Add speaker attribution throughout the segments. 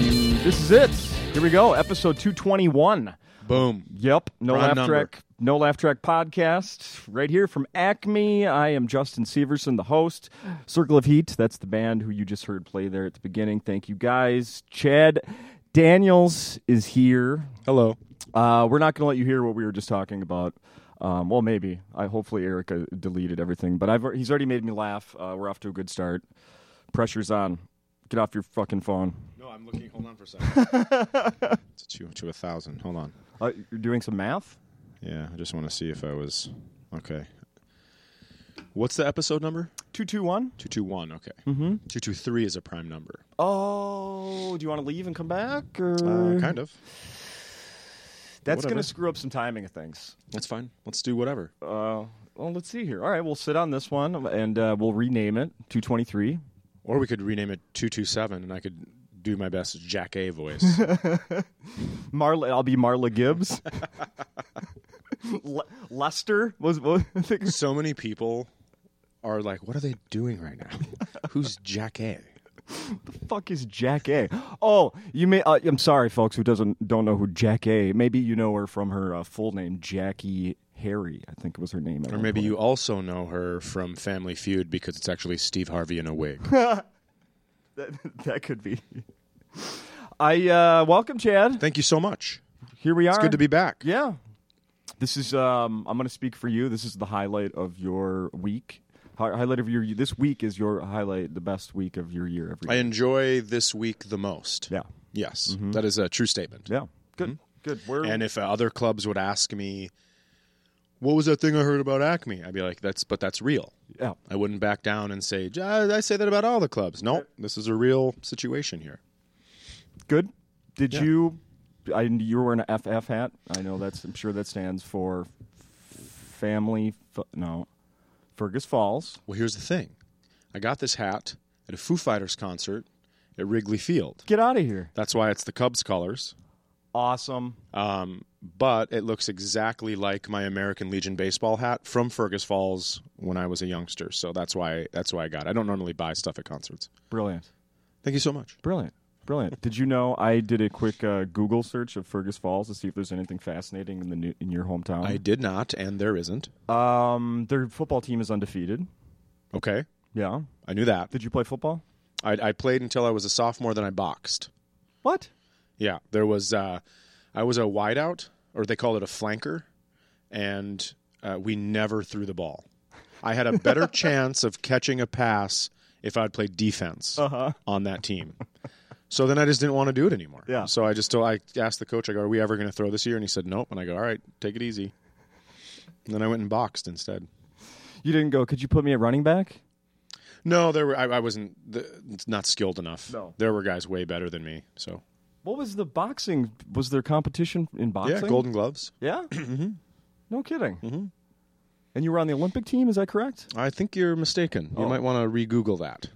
Speaker 1: is it. Here we go, episode 221.
Speaker 2: Boom.
Speaker 1: Yep, no
Speaker 2: Prime
Speaker 1: laugh
Speaker 2: number.
Speaker 1: track, no laugh track podcast right here from Acme. I am Justin Severson, the host. Circle of Heat, that's the band who you just heard play there at the beginning. Thank you guys. Chad Daniels is here.
Speaker 2: Hello.
Speaker 1: Uh, we're not going to let you hear what we were just talking about. Um, well, maybe. I hopefully Erica deleted everything, but I've al- he's already made me laugh. Uh, we're off to a good start. Pressure's on. Get off your fucking phone.
Speaker 2: No, I'm looking. Hold on for a second. to two to a thousand. Hold on.
Speaker 1: Uh, you're doing some math.
Speaker 2: Yeah, I just want to see if I was okay. What's the episode number?
Speaker 1: Two two one.
Speaker 2: Two two one. Okay. Mm-hmm. Two two three is a prime number.
Speaker 1: Oh, do you want to leave and come back? Or
Speaker 2: Uh, kind of.
Speaker 1: That's going
Speaker 2: whatever.
Speaker 1: to screw up some timing of things.
Speaker 2: That's fine. Let's do whatever.
Speaker 1: Uh, well, let's see here. All right, we'll sit on this one and uh, we'll rename it two twenty three.
Speaker 2: Or we could rename it two two seven, and I could do my best Jack A voice.
Speaker 1: Marla, I'll be Marla Gibbs. Le- Lester was, was I think
Speaker 2: so many people are like, "What are they doing right now? Who's Jack A?"
Speaker 1: fuck is Jack A? Oh, you may. Uh, I'm sorry, folks, who doesn't don't know who Jack A. Maybe you know her from her uh, full name, Jackie Harry. I think was her name.
Speaker 2: Or maybe you also know her from Family Feud because it's actually Steve Harvey in a wig.
Speaker 1: that, that could be. I uh, welcome Chad.
Speaker 2: Thank you so much.
Speaker 1: Here we are.
Speaker 2: It's good to be back.
Speaker 1: Yeah. This is. Um, I'm going to speak for you. This is the highlight of your week. Hi- Highlight of your this week is your highlight, the best week of your year every
Speaker 2: I enjoy this week the most.
Speaker 1: Yeah. Mm-hmm.
Speaker 2: Yes, that is a true statement.
Speaker 1: Yeah. Good. Good. We're
Speaker 2: Mm-hmm. And if uh, other clubs would ask me, "What was that thing I heard about Acme?" I'd be like, "That's but that's real."
Speaker 1: yeah.
Speaker 2: I wouldn't back down and say, "J- I I say that about all the clubs." No, this is a real situation here.
Speaker 1: Good. Did
Speaker 2: Yeah.
Speaker 1: you? I you were wearing an FF hat. I know that's. I'm sure that stands for family. F- no, Fergus Falls.
Speaker 2: Well, here's the thing: I got this hat at a Foo Fighters concert at Wrigley Field.
Speaker 1: Get out of here.
Speaker 2: That's why it's the Cubs colors.
Speaker 1: Awesome.
Speaker 2: Um, but it looks exactly like my American Legion baseball hat from Fergus Falls when I was a youngster. So that's why that's why I got. It. I don't normally buy stuff at concerts.
Speaker 1: Brilliant.
Speaker 2: Thank you so much.
Speaker 1: Brilliant. Brilliant. did you know I did a quick uh, Google search of Fergus Falls to see if there's anything fascinating in the new, in your
Speaker 2: I
Speaker 1: hometown?
Speaker 2: did not, and there isn't.
Speaker 1: um, their football team is undefeated.
Speaker 2: Okay,
Speaker 1: Yeah.
Speaker 2: I knew that.
Speaker 1: Did you play football?
Speaker 2: I, I played until I was a sophomore, then I boxed.
Speaker 1: What?
Speaker 2: Yeah, there was. Uh, I was a wideout, or they call it a flanker, and uh, we never threw the ball. I had a better chance of catching a pass if I'd played defense
Speaker 1: Uh-huh.
Speaker 2: on that team. So then I just didn't want to do it anymore.
Speaker 1: Yeah.
Speaker 2: So I just I asked the coach. I go, "Are we ever going to throw this year?" And he said, "Nope." And I go, "All right, take it easy." And then I went and boxed instead.
Speaker 1: You didn't go. Could you put me at running back?
Speaker 2: No, there were. I, I wasn't the, not skilled enough.
Speaker 1: No.
Speaker 2: There were guys way better than me. So
Speaker 1: What was the boxing? Was there competition in boxing?
Speaker 2: yeah, Golden Gloves.
Speaker 1: Yeah. No kidding. And you were on the Olympic team, is that correct?
Speaker 2: I think you're mistaken. You might want to re-Google that.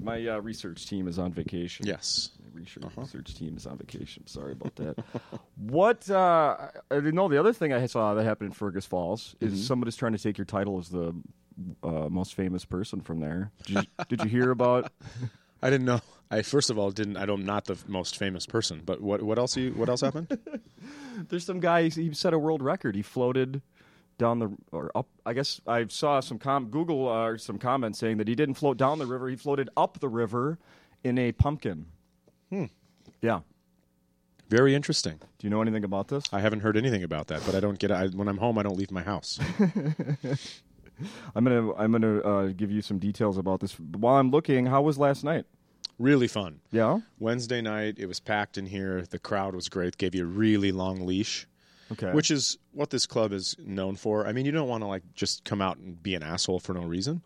Speaker 1: My uh, research team is on vacation.
Speaker 2: Yes.
Speaker 1: My research, research team is on vacation. Sorry about that. what? Uh, I didn't know. The other thing I saw that happened in Fergus Falls is somebody's trying to take your title as the uh, most famous person from there. Did you, did you hear about?
Speaker 2: I didn't know. I first of all didn't. I don't. Not the f- most famous person. But what? What else? You? What else happened?
Speaker 1: There's some guy. he's- He set a world record. He floated down the or up. I guess I saw some com Google uh, some comments saying that he didn't float down the river. He floated up the river in a pumpkin. Hmm. Yeah.
Speaker 2: Very interesting.
Speaker 1: Do you know anything about this?
Speaker 2: I haven't heard anything about that. But I don't get. I, when I'm home, I don't leave my house.
Speaker 1: I'm gonna I'm gonna uh, give you some details about this while I'm looking. How was last night?
Speaker 2: Really fun.
Speaker 1: Yeah.
Speaker 2: Wednesday night, it was packed in here. The crowd was great. Gave you a really long leash,
Speaker 1: Okay.
Speaker 2: which is what this club is known for. I mean, you don't want to like just come out and be an asshole for no reason,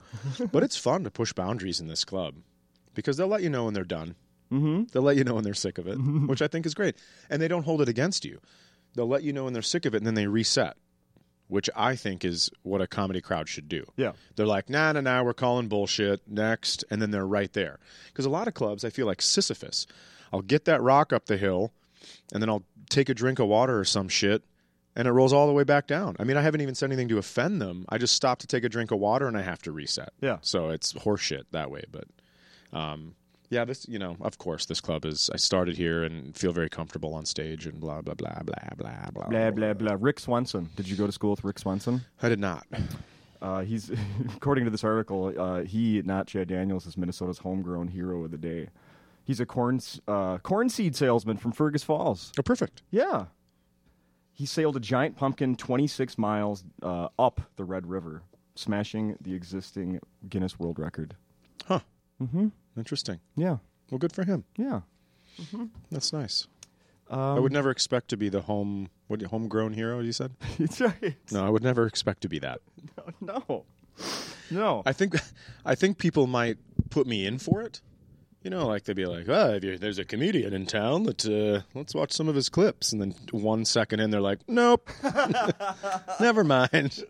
Speaker 2: but it's fun to push boundaries in this club because they'll let you know when they're done.
Speaker 1: Mm-hmm.
Speaker 2: They'll let you know when they're sick of it, which I think is great. And they don't hold it against you. They'll let you know when they're sick of it and then they reset, which I think is what a comedy crowd should do.
Speaker 1: Yeah.
Speaker 2: They're like, nah, nah, nah, we're calling bullshit next. And then they're right there. Because a lot of clubs, I feel like Sisyphus. I'll get that rock up the hill and then I'll take a drink of water or some shit and it rolls all the way back down. I mean, I haven't even said anything to offend them. I just stop to take a drink of water and I have to reset.
Speaker 1: Yeah.
Speaker 2: So it's horseshit that way. But um, yeah, this you know, of course, this club is. I started here and feel very comfortable on stage and blah blah blah blah blah blah
Speaker 1: Blah blah blah. Rick Swanson. Did you go to school with Rick Swanson?
Speaker 2: I did not.
Speaker 1: Uh, he's according to this article, uh, he not Chad Daniels is Minnesota's homegrown hero of the day. He's a corn s- uh, corn seed salesman from Fergus Falls.
Speaker 2: Oh, perfect.
Speaker 1: Yeah, he sailed a giant pumpkin 26 miles uh, up the Red River, smashing the existing Guinness World Record.
Speaker 2: Huh. Mm-hmm. Interesting.
Speaker 1: Yeah,
Speaker 2: Well, good for him.
Speaker 1: yeah.
Speaker 2: That's nice. I would never expect to be the home what homegrown hero. You said
Speaker 1: It's right.
Speaker 2: no. I would never expect to be that.
Speaker 1: No, no.
Speaker 2: I think I think people might put me in for it. You know, like they'd be like, "Oh, if you- there's a comedian in town that uh, let's watch some of his clips," and then one second in, they're like, "Nope, never mind.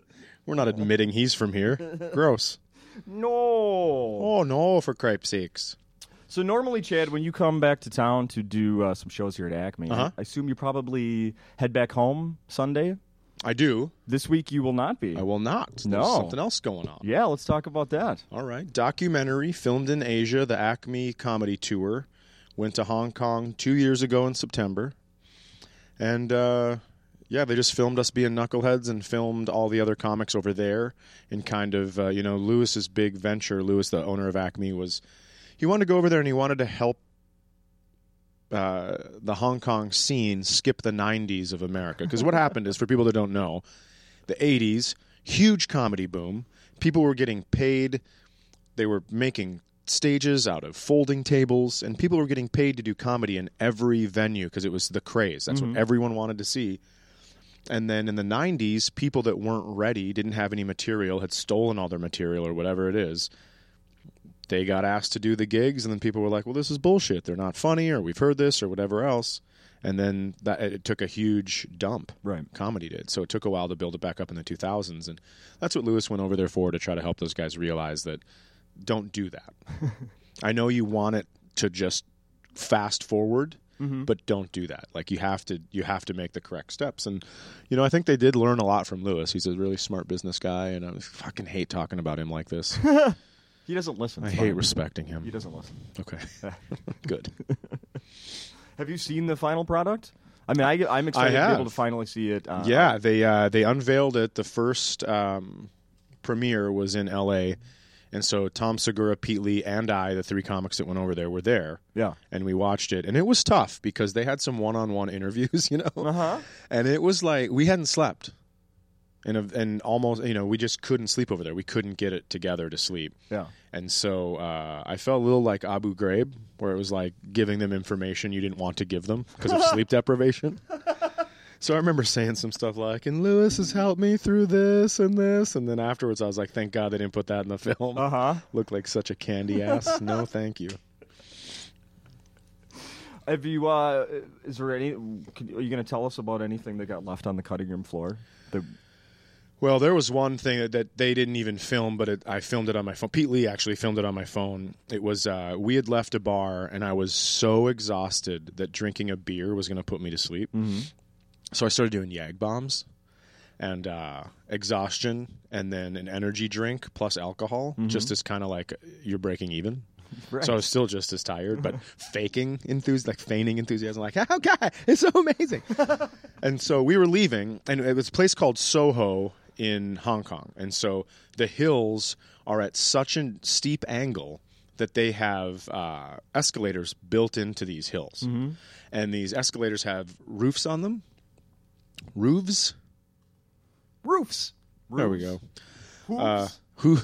Speaker 2: We're not admitting he's from here. Gross.
Speaker 1: no.
Speaker 2: Oh no, for cripe's sakes.
Speaker 1: So normally, Chad, when you come back to town to do uh, some shows here at Acme,
Speaker 2: Uh-huh.
Speaker 1: I assume you probably head back home Sunday.
Speaker 2: I do.
Speaker 1: This week you will not be.
Speaker 2: I will not. There's
Speaker 1: No.
Speaker 2: something else going on.
Speaker 1: yeah, let's talk about that.
Speaker 2: All right. Documentary filmed in Asia, the Acme Comedy Tour. Went to Hong Kong two years ago in September. And uh, yeah, they just filmed us being knuckleheads and filmed all the other comics over there. And kind of, uh, you know, Lewis's big venture, Lewis, the owner of Acme, was he wanted to go over there and he wanted to help uh, the Hong Kong scene skip the 90s of America. Because what happened is, for people that don't know, the 80s, huge comedy boom. People were getting paid. They were making stages out of folding tables, and people were getting paid to do comedy in every venue because it was the craze. That's what everyone wanted to see. And then in the 90s, people that weren't ready, didn't have any material, had stolen all their material or whatever it is. They got asked to do the gigs, and then people were like, well, this is bullshit. They're not funny, or we've heard this, or whatever else. And then that, it took a huge dump
Speaker 1: Right.
Speaker 2: comedy did. So it took a while to build it back up in the 2000s, and that's what Lewis went over there for to try to help those guys realize that don't do that. I know you want it to just fast forward, but don't do that. Like you have to you have to make the correct steps. And you know, I think they did learn a lot from Lewis. He's a really smart business guy, and I fucking hate talking about him like this.
Speaker 1: He doesn't listen.
Speaker 2: I
Speaker 1: It's
Speaker 2: hate
Speaker 1: fine.
Speaker 2: respecting
Speaker 1: He
Speaker 2: him.
Speaker 1: doesn't listen.
Speaker 2: Okay, good.
Speaker 1: Have you seen the final product? I mean, I, I'm excited to be
Speaker 2: have.
Speaker 1: able to finally see it. Uh,
Speaker 2: Yeah, they uh, they unveiled it. The first um, premiere was in L.A., and so Tom Segura, Pete Lee, and I, the three comics that went over there, were there.
Speaker 1: Yeah.
Speaker 2: and we watched it, and it was tough because they had some one-on-one interviews, you know,
Speaker 1: Uh-huh.
Speaker 2: and it was like we hadn't slept, and a- and almost you know we just couldn't sleep over there. We couldn't get it together to sleep.
Speaker 1: Yeah.
Speaker 2: And so uh, I felt a little like Abu Ghraib, where it was like giving them information you didn't want to give them because of sleep deprivation. So I remember saying some stuff like, and Lewis has helped me through this and this. And then afterwards, I was like, thank God they didn't put that in the film.
Speaker 1: Uh huh.
Speaker 2: Looked like such a candy ass. no, thank you.
Speaker 1: Have you? Uh, is there any? Can, are you going to tell us about anything that got left on the cutting room floor? The,
Speaker 2: Well, there was one thing that, that they didn't even film, but it, I filmed it on my phone. Pete Lee actually filmed it on my phone. It was uh, we had left a bar, and I was so exhausted that drinking a beer was going to put me to sleep. So I started doing Yag bombs and uh, exhaustion, and then an energy drink plus alcohol, just as kind of like you're breaking even.
Speaker 1: Right.
Speaker 2: So I was still just as tired, but faking enthusiasm, like feigning enthusiasm, like, oh, God, it's so amazing. and so we were leaving, and it was a place called Soho in Hong Kong. And so the hills are at such a steep angle that they have uh, escalators built into these hills. And these escalators have roofs on them. Roofs?
Speaker 1: roofs.
Speaker 2: There we go.
Speaker 1: Roofs.
Speaker 2: Uh, who?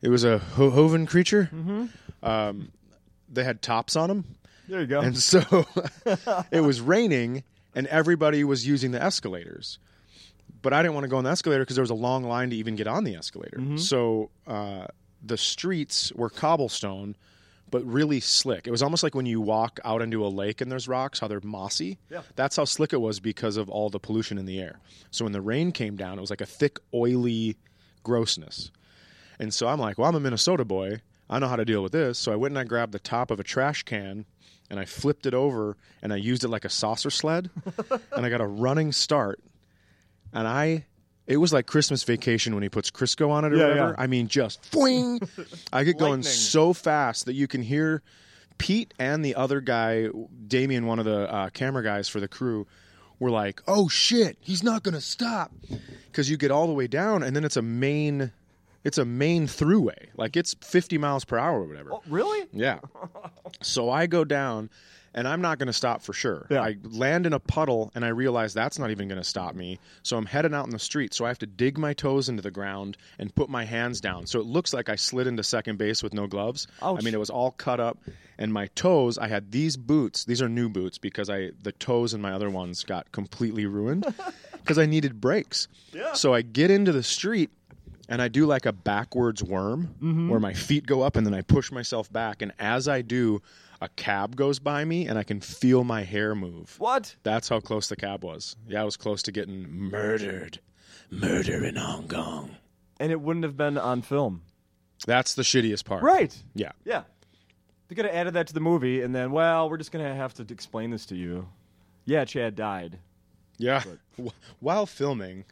Speaker 2: It was a ho- hoven creature. Um, they had tops on them,
Speaker 1: there you go.
Speaker 2: and so it was raining, and everybody was using the escalators. But I didn't want to go on the escalator because there was a long line to even get on the escalator.
Speaker 1: Mm-hmm.
Speaker 2: So uh, the streets were cobblestone, but really slick. It was almost like when you walk out into a lake and there's rocks, how they're mossy.
Speaker 1: Yeah.
Speaker 2: That's how slick it was because of all the pollution in the air. So when the rain came down, it was like a thick, oily grossness. And so I'm like, well, I'm a Minnesota boy. I know how to deal with this. So I went and I grabbed the top of a trash can and I flipped it over and I used it like a saucer sled and I got a running start. And I, it was like Christmas vacation when he puts Crisco on it or
Speaker 1: Yeah,
Speaker 2: whatever.
Speaker 1: yeah.
Speaker 2: I mean, just boing. I get going
Speaker 1: Lightning.
Speaker 2: so fast that you can hear Pete and the other guy, Damien, one of the uh, camera guys for the crew, were like, "Oh shit, he's not gonna stop," because you get all the way down and then it's a main, it's a main throughway, like it's 50 miles per hour or whatever.
Speaker 1: Oh, Really?
Speaker 2: Yeah. So I go down and I'm not going to stop for sure.
Speaker 1: Yeah.
Speaker 2: I land in a puddle and I realize that's not even going to stop me. So I'm heading out in the street. So I have to dig my toes into the ground and put my hands down. So it looks like I slid into second base with no gloves.
Speaker 1: Ouch.
Speaker 2: I mean, it was all cut up. And my toes, I had these boots. These are new boots because I the toes in my other ones got completely ruined because I needed brakes.
Speaker 1: Yeah.
Speaker 2: So I get into the street and I do like a backwards worm
Speaker 1: Mm-hmm.
Speaker 2: where my feet go up and then I push myself back. And as I do, a cab goes by me and I can feel my hair move.
Speaker 1: What?
Speaker 2: That's how close the cab was. Yeah, I was close to getting murdered. Murder in Hong Kong.
Speaker 1: And it wouldn't have been on film.
Speaker 2: That's the shittiest part.
Speaker 1: Right.
Speaker 2: Yeah.
Speaker 1: Yeah. They could have added that to the movie, and then, well, we're just going to have to d- explain this to you. Yeah, Chad died.
Speaker 2: Yeah. Wh- While filming,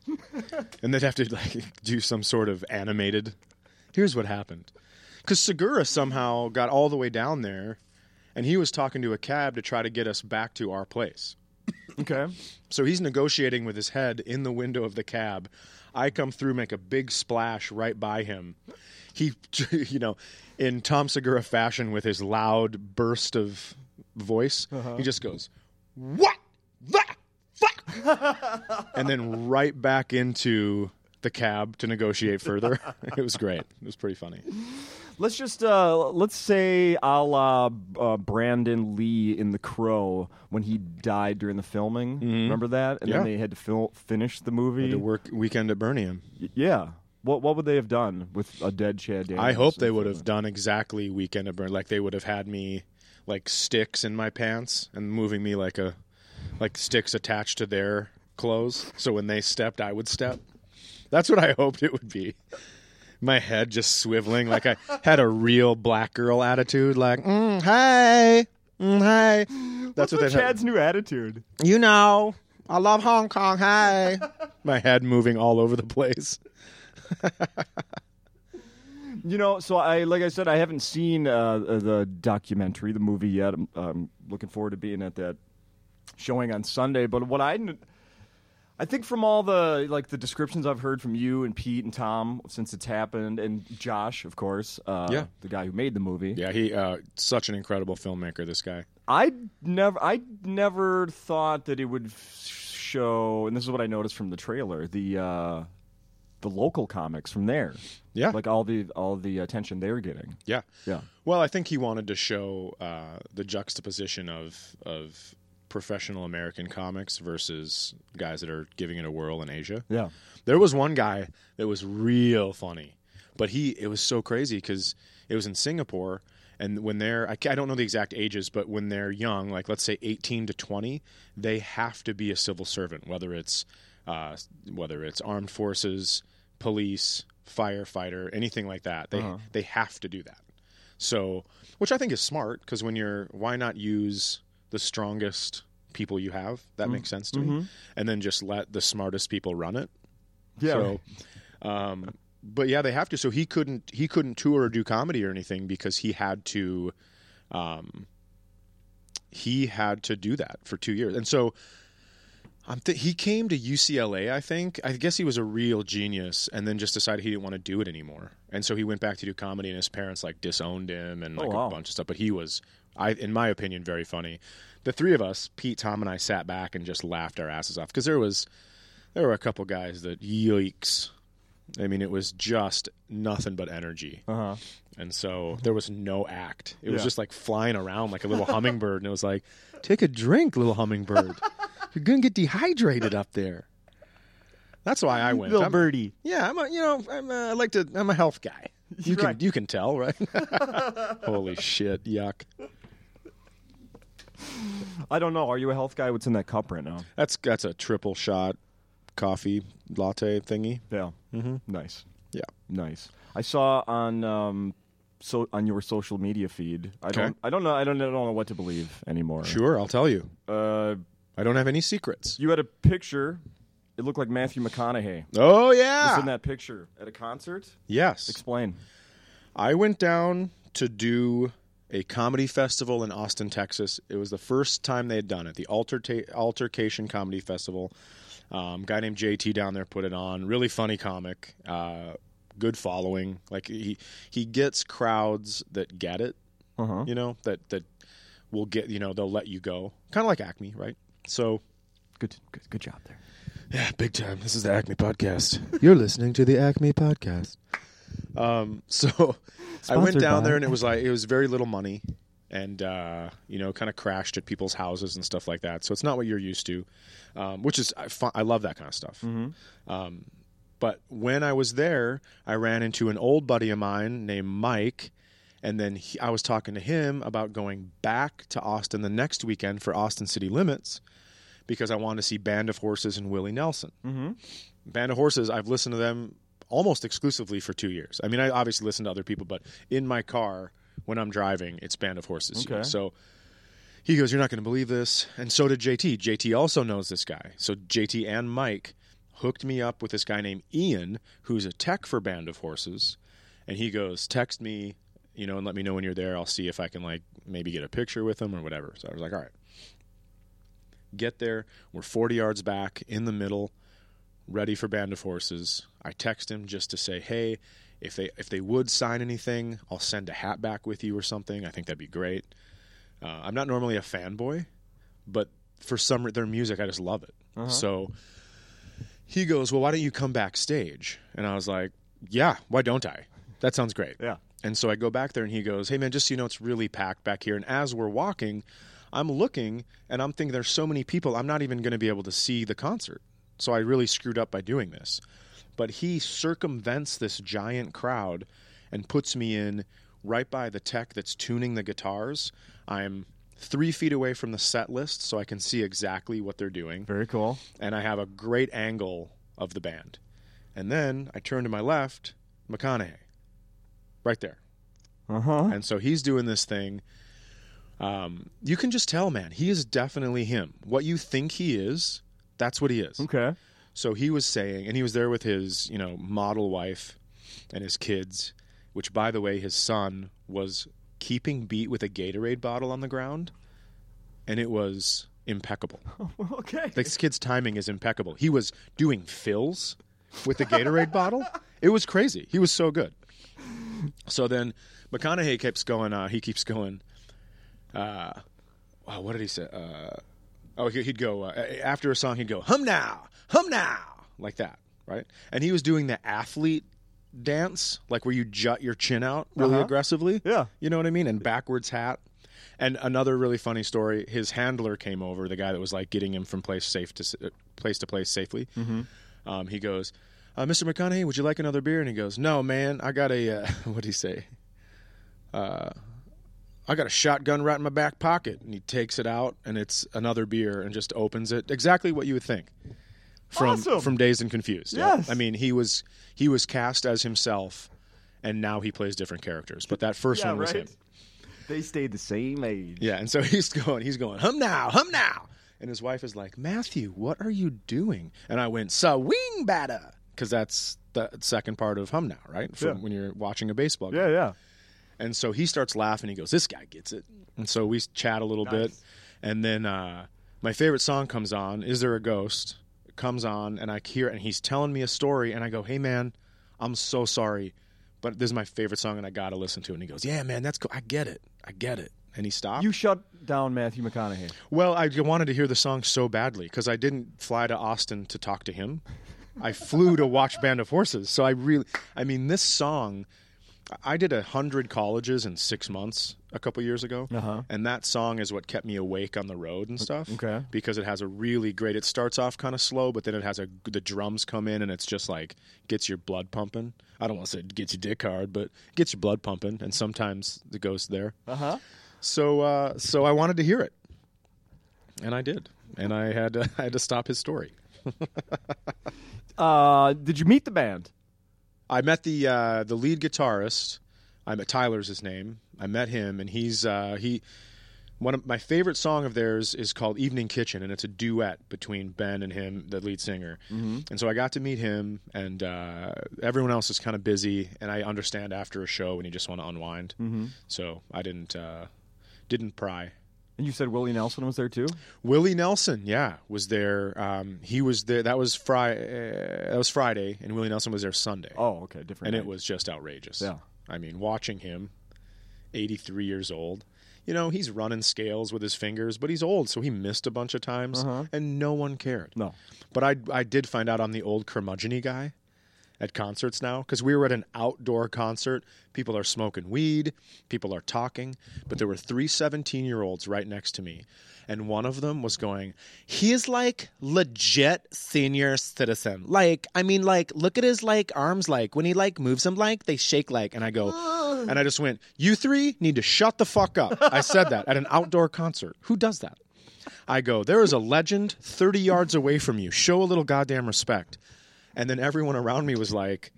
Speaker 2: and they'd have to like do some sort of animated. Here's what happened, because Segura somehow got all the way down there, and he was talking to a cab to try to get us back to our place.
Speaker 1: Okay.
Speaker 2: So he's negotiating with his head in the window of the cab. I come through, make a big splash right by him. He, you know, in Tom Segura fashion with his loud burst of voice, he just goes, What the fuck? and then right back into the cab to negotiate further. it was great. It was pretty funny.
Speaker 1: Let's just uh, let's say a la uh, Brandon Lee in The Crow when he died during the filming. Remember that? And
Speaker 2: Mm-hmm. Yeah.
Speaker 1: then they had to fil- finish the movie.
Speaker 2: The work weekend at Birmingham.
Speaker 1: Y- yeah. What what would they have done with a dead Chad Daniels?
Speaker 2: I hope they would have done exactly weekend of burn. Like they would have had me like sticks in my pants and moving me like a like sticks attached to their clothes. So when they stepped, I would step. That's what I hoped it would be. My head just swiveling like I had a real black girl attitude. Like mm, hi, mm, hi. That's
Speaker 1: That's
Speaker 2: what they
Speaker 1: Chad's new attitude.
Speaker 2: You know, I love Hong Kong. Hi. my head moving all over the place.
Speaker 1: You know, so I like I said, I haven't seen uh, the documentary, the movie yet. I'm, I'm looking forward to being at that showing on Sunday. But what I, kn- I think from all the like the descriptions I've heard from you and Pete and Tom since it's happened, and Josh, of course, uh,
Speaker 2: Yeah.
Speaker 1: the guy who made the movie.
Speaker 2: Yeah, he uh, such an incredible filmmaker. This guy.
Speaker 1: I never, I never thought that it would f- show, and this is what I noticed from the trailer: the uh, the local comics from there,
Speaker 2: Yeah.
Speaker 1: like all the all the attention they're getting.
Speaker 2: Yeah.
Speaker 1: Yeah.
Speaker 2: Well, I think he wanted to show uh, the juxtaposition of of professional American comics versus guys that are giving it a whirl in Asia.
Speaker 1: Yeah.
Speaker 2: There was one guy that was real funny, but he it was so crazy because it was in Singapore, and when they're I, ca- I don't know the exact ages, but when they're young, like let's say eighteen to twenty, they have to be a civil servant, whether it's uh, whether it's armed forces, police, firefighter, anything like that. They they have to do that. So, which I think is smart because when you're, why not use the strongest people you have? That makes sense to
Speaker 1: Mm-hmm.
Speaker 2: me. And then just let the smartest people run it.
Speaker 1: Yeah.
Speaker 2: So, um, but yeah, they have to. So he couldn't he couldn't tour or do comedy or anything because he had to, um, he had to do that for two years. And so, I'm th- he came to UCLA. I think I guess he was a real genius, and then just decided he didn't want to do it anymore. And so he went back to do comedy, and his parents like disowned him and
Speaker 1: Oh,
Speaker 2: like
Speaker 1: wow.
Speaker 2: a bunch of stuff. But he was, I in my opinion, very funny. The three of us, Pete, Tom, and I, sat back and just laughed our asses off because there was there were a couple guys that yikes. I mean, it was just nothing but energy.
Speaker 1: Uh huh.
Speaker 2: And so there was no act. It
Speaker 1: Yeah.
Speaker 2: was just like flying around like a little hummingbird. And it was like, take a drink, little hummingbird. You're going to get dehydrated up there. That's why I went. I'm-
Speaker 1: birdie.
Speaker 2: yeah, I'm a, you know, I'm a, I like to, I'm a health guy. You can,
Speaker 1: Right.
Speaker 2: you can tell, right? Holy shit. Yuck.
Speaker 1: I don't know. Are you a health guy? What's in that cup right now?
Speaker 2: That's, that's a triple shot coffee latte thingy.
Speaker 1: Yeah. Mm-hmm. Nice.
Speaker 2: Yeah.
Speaker 1: Nice. I saw on um, so on your social media feed. I
Speaker 2: Okay.
Speaker 1: don't. I don't know. I don't, I don't know what to believe anymore.
Speaker 2: Sure. I'll tell you.
Speaker 1: Uh,
Speaker 2: I don't have any secrets.
Speaker 1: you had a picture. It looked like Matthew McConaughey
Speaker 2: Oh, yeah.
Speaker 1: was in that picture at a concert.
Speaker 2: yes.
Speaker 1: Explain.
Speaker 2: I went down to do a comedy festival in Austin, Texas. It was the first time they had done it, the Alterta- Altercation Comedy Festival. Um, guy named JT down there put it on. Really funny comic, uh, good following. Like he he gets crowds that get it.
Speaker 1: Uh-huh.
Speaker 2: You know that that will get. You know they'll let you go. Kind of like Acme, right? So
Speaker 1: Good, good, good job there.
Speaker 2: yeah, big time. This is the Acme podcast.
Speaker 3: You're listening to the Acme podcast.
Speaker 2: Um, so I went
Speaker 1: Sponsored
Speaker 2: down
Speaker 1: by-
Speaker 2: there and it was like it was very little money, and uh, you know, kind of crashed at people's houses and stuff like that. So it's not what you're used to, um, which is I, fi- I love that kind of stuff.
Speaker 1: Mm. Mm-hmm,
Speaker 2: Um, but when I was there, I ran into an old buddy of mine named Mike. And then he, I was talking to him about going back to Austin the next weekend for Austin City Limits because I wanted to see Band of Horses and Willie Nelson.
Speaker 1: Mm-hmm.
Speaker 2: Band of Horses, I've listened to them almost exclusively for two years. I mean, I obviously listen to other people, but in my car when I'm driving, it's Band of Horses. you know.
Speaker 1: Okay.
Speaker 2: So he goes, You're not going to believe this. And so did JT. JT also knows this guy. So JT and Mike hooked me up with this guy named Ian, who's a tech for Band of Horses. And he goes, Text me, you know, and let me know when you're there. I'll see if I can, like, maybe get a picture with him or whatever. So I was like, All right. Get there. We're 40 yards back in the middle ready for Band of Horses. I text him just to say, hey, if they if they would sign anything, I'll send a hat back with you or something. I think that'd be great. Uh, I'm not normally a fanboy, but for some re- their music, I just love it. So he goes, well, why don't you come backstage? And I was like, yeah, why don't I? That sounds great.
Speaker 1: Yeah.
Speaker 2: And so I go back there and he goes, Hey man, just so you know, it's really packed back here. And as we're walking, I'm looking and I'm thinking there's so many people, I'm not even going to be able to see the concert. So I really screwed up by doing this. But he circumvents this giant crowd and puts me in right by the tech that's tuning the guitars. I'm three feet away from the set list so I can see exactly what they're doing
Speaker 1: Very cool.
Speaker 2: and I have a great angle of the band. And then I turn to my left, McConaughey, right there.
Speaker 1: Uh huh.
Speaker 2: And so he's doing this thing. Um, you can just tell, man, he is definitely him. What you think he is, that's what he is.
Speaker 1: Okay.
Speaker 2: So he was saying, and he was there with his, you know, model wife and his kids, which, by the way, his son was keeping beat with a Gatorade bottle on the ground, and it was impeccable.
Speaker 1: okay.
Speaker 2: This kid's timing is impeccable. He was doing fills with the Gatorade bottle. It was crazy. He was so good. So then McConaughey keeps going. Uh, he keeps going. Uh, oh, what did he say? Uh, oh, he- he'd go uh, after a song. He'd go hum now, hum now, like that, right? And he was doing the athlete dance, like where you jut your chin out really
Speaker 1: Uh-huh.
Speaker 2: aggressively.
Speaker 1: Yeah.
Speaker 2: You know what I mean? And backwards hat. And another really funny story: his handler came over, the guy that was like getting him from place safe to s- uh, place to place safely.
Speaker 1: Mm-hmm.
Speaker 2: Um, he goes, uh, "Mr. McConaughey, would you like another beer?" And he goes, "No, man, I got a uh, what did he say? Uh, I got a shotgun right in my back pocket." And he takes it out, and it's another beer, and just opens it. Exactly what you would think from
Speaker 1: Awesome.
Speaker 2: from Dazed and Confused.
Speaker 1: Yes.
Speaker 2: I mean, he was he was cast as himself, and now he plays different characters. But that first
Speaker 1: Yeah,
Speaker 2: one was
Speaker 1: right.
Speaker 2: him.
Speaker 1: They stayed the same age.
Speaker 2: Yeah, and so he's going, he's going, hum now, hum now. And his wife is like, Matthew, what are you doing? And I went, swing batter. Because that's the second part of hum now, right? From
Speaker 1: Yeah.
Speaker 2: when you're watching a baseball game.
Speaker 1: Yeah, yeah.
Speaker 2: And so he starts laughing. He goes, this guy gets it. And so we chat a little bit. And then uh, my favorite song comes on, Is There a Ghost? Comes on, and I hear, and he's telling me a story. And I go, hey, man, I'm so sorry, but this is my favorite song, and I got to listen to it. And he goes, yeah, man, that's cool. I get it. I get it. And he stopped.
Speaker 1: You shut down Matthew McConaughey.
Speaker 2: Well, I wanted to hear the song so badly because I didn't fly to Austin to talk to him. I flew to watch Band of Horses. So I really, I mean, this song, I did a hundred colleges in six months a couple years ago,
Speaker 1: Uh-huh.
Speaker 2: and that song is what kept me awake on the road and stuff.
Speaker 1: okay.
Speaker 2: because it has a really great. It starts off kind of slow, but then it has a the drums come in and it's just like gets your blood pumping. I don't want to say it gets your dick hard, but gets your blood pumping, and sometimes it goes there.
Speaker 1: Uh huh.
Speaker 2: So uh, so I wanted to hear it, and I did, and I had to, I had to stop his story.
Speaker 1: Uh, did you meet the band?
Speaker 2: I met the uh, the lead guitarist. I met Tyler's his name. I met him, and he's uh, he One of my favorite song of theirs is called "Evening Kitchen," and it's a duet between Ben and him, the lead singer. And so I got to meet him, and uh, everyone else is kind of busy. And I understand after a show when you just want to unwind. So I didn't uh, didn't pry.
Speaker 1: And you said Willie Nelson was there too.
Speaker 2: Willie Nelson, yeah, was there. Um, he was there. That was Friday. Uh, that was Friday, and Willie Nelson was there Sunday,
Speaker 1: Oh, okay, different.
Speaker 2: and
Speaker 1: night.
Speaker 2: it was just outrageous.
Speaker 1: Yeah.
Speaker 2: I mean, watching him, eighty-three years old. You know, he's running scales with his fingers, but he's old, so he missed a bunch of times,
Speaker 1: Uh-huh.
Speaker 2: and no one cared.
Speaker 1: no.
Speaker 2: But I, I did find out I'm the old curmudgeony guy at concerts now because we were at an outdoor concert. People are smoking weed, people are talking, but there were three 17 year olds right next to me. And one of them was going, He's like legit senior citizen. Like, I mean, like, look at his like arms like when he like moves them like they shake like. And I go, and I just went, You three need to shut the fuck up. I said that at an outdoor concert. Who does that? I go, there is a legend 30 yards away from you. Show a little goddamn respect. And then everyone around me was like,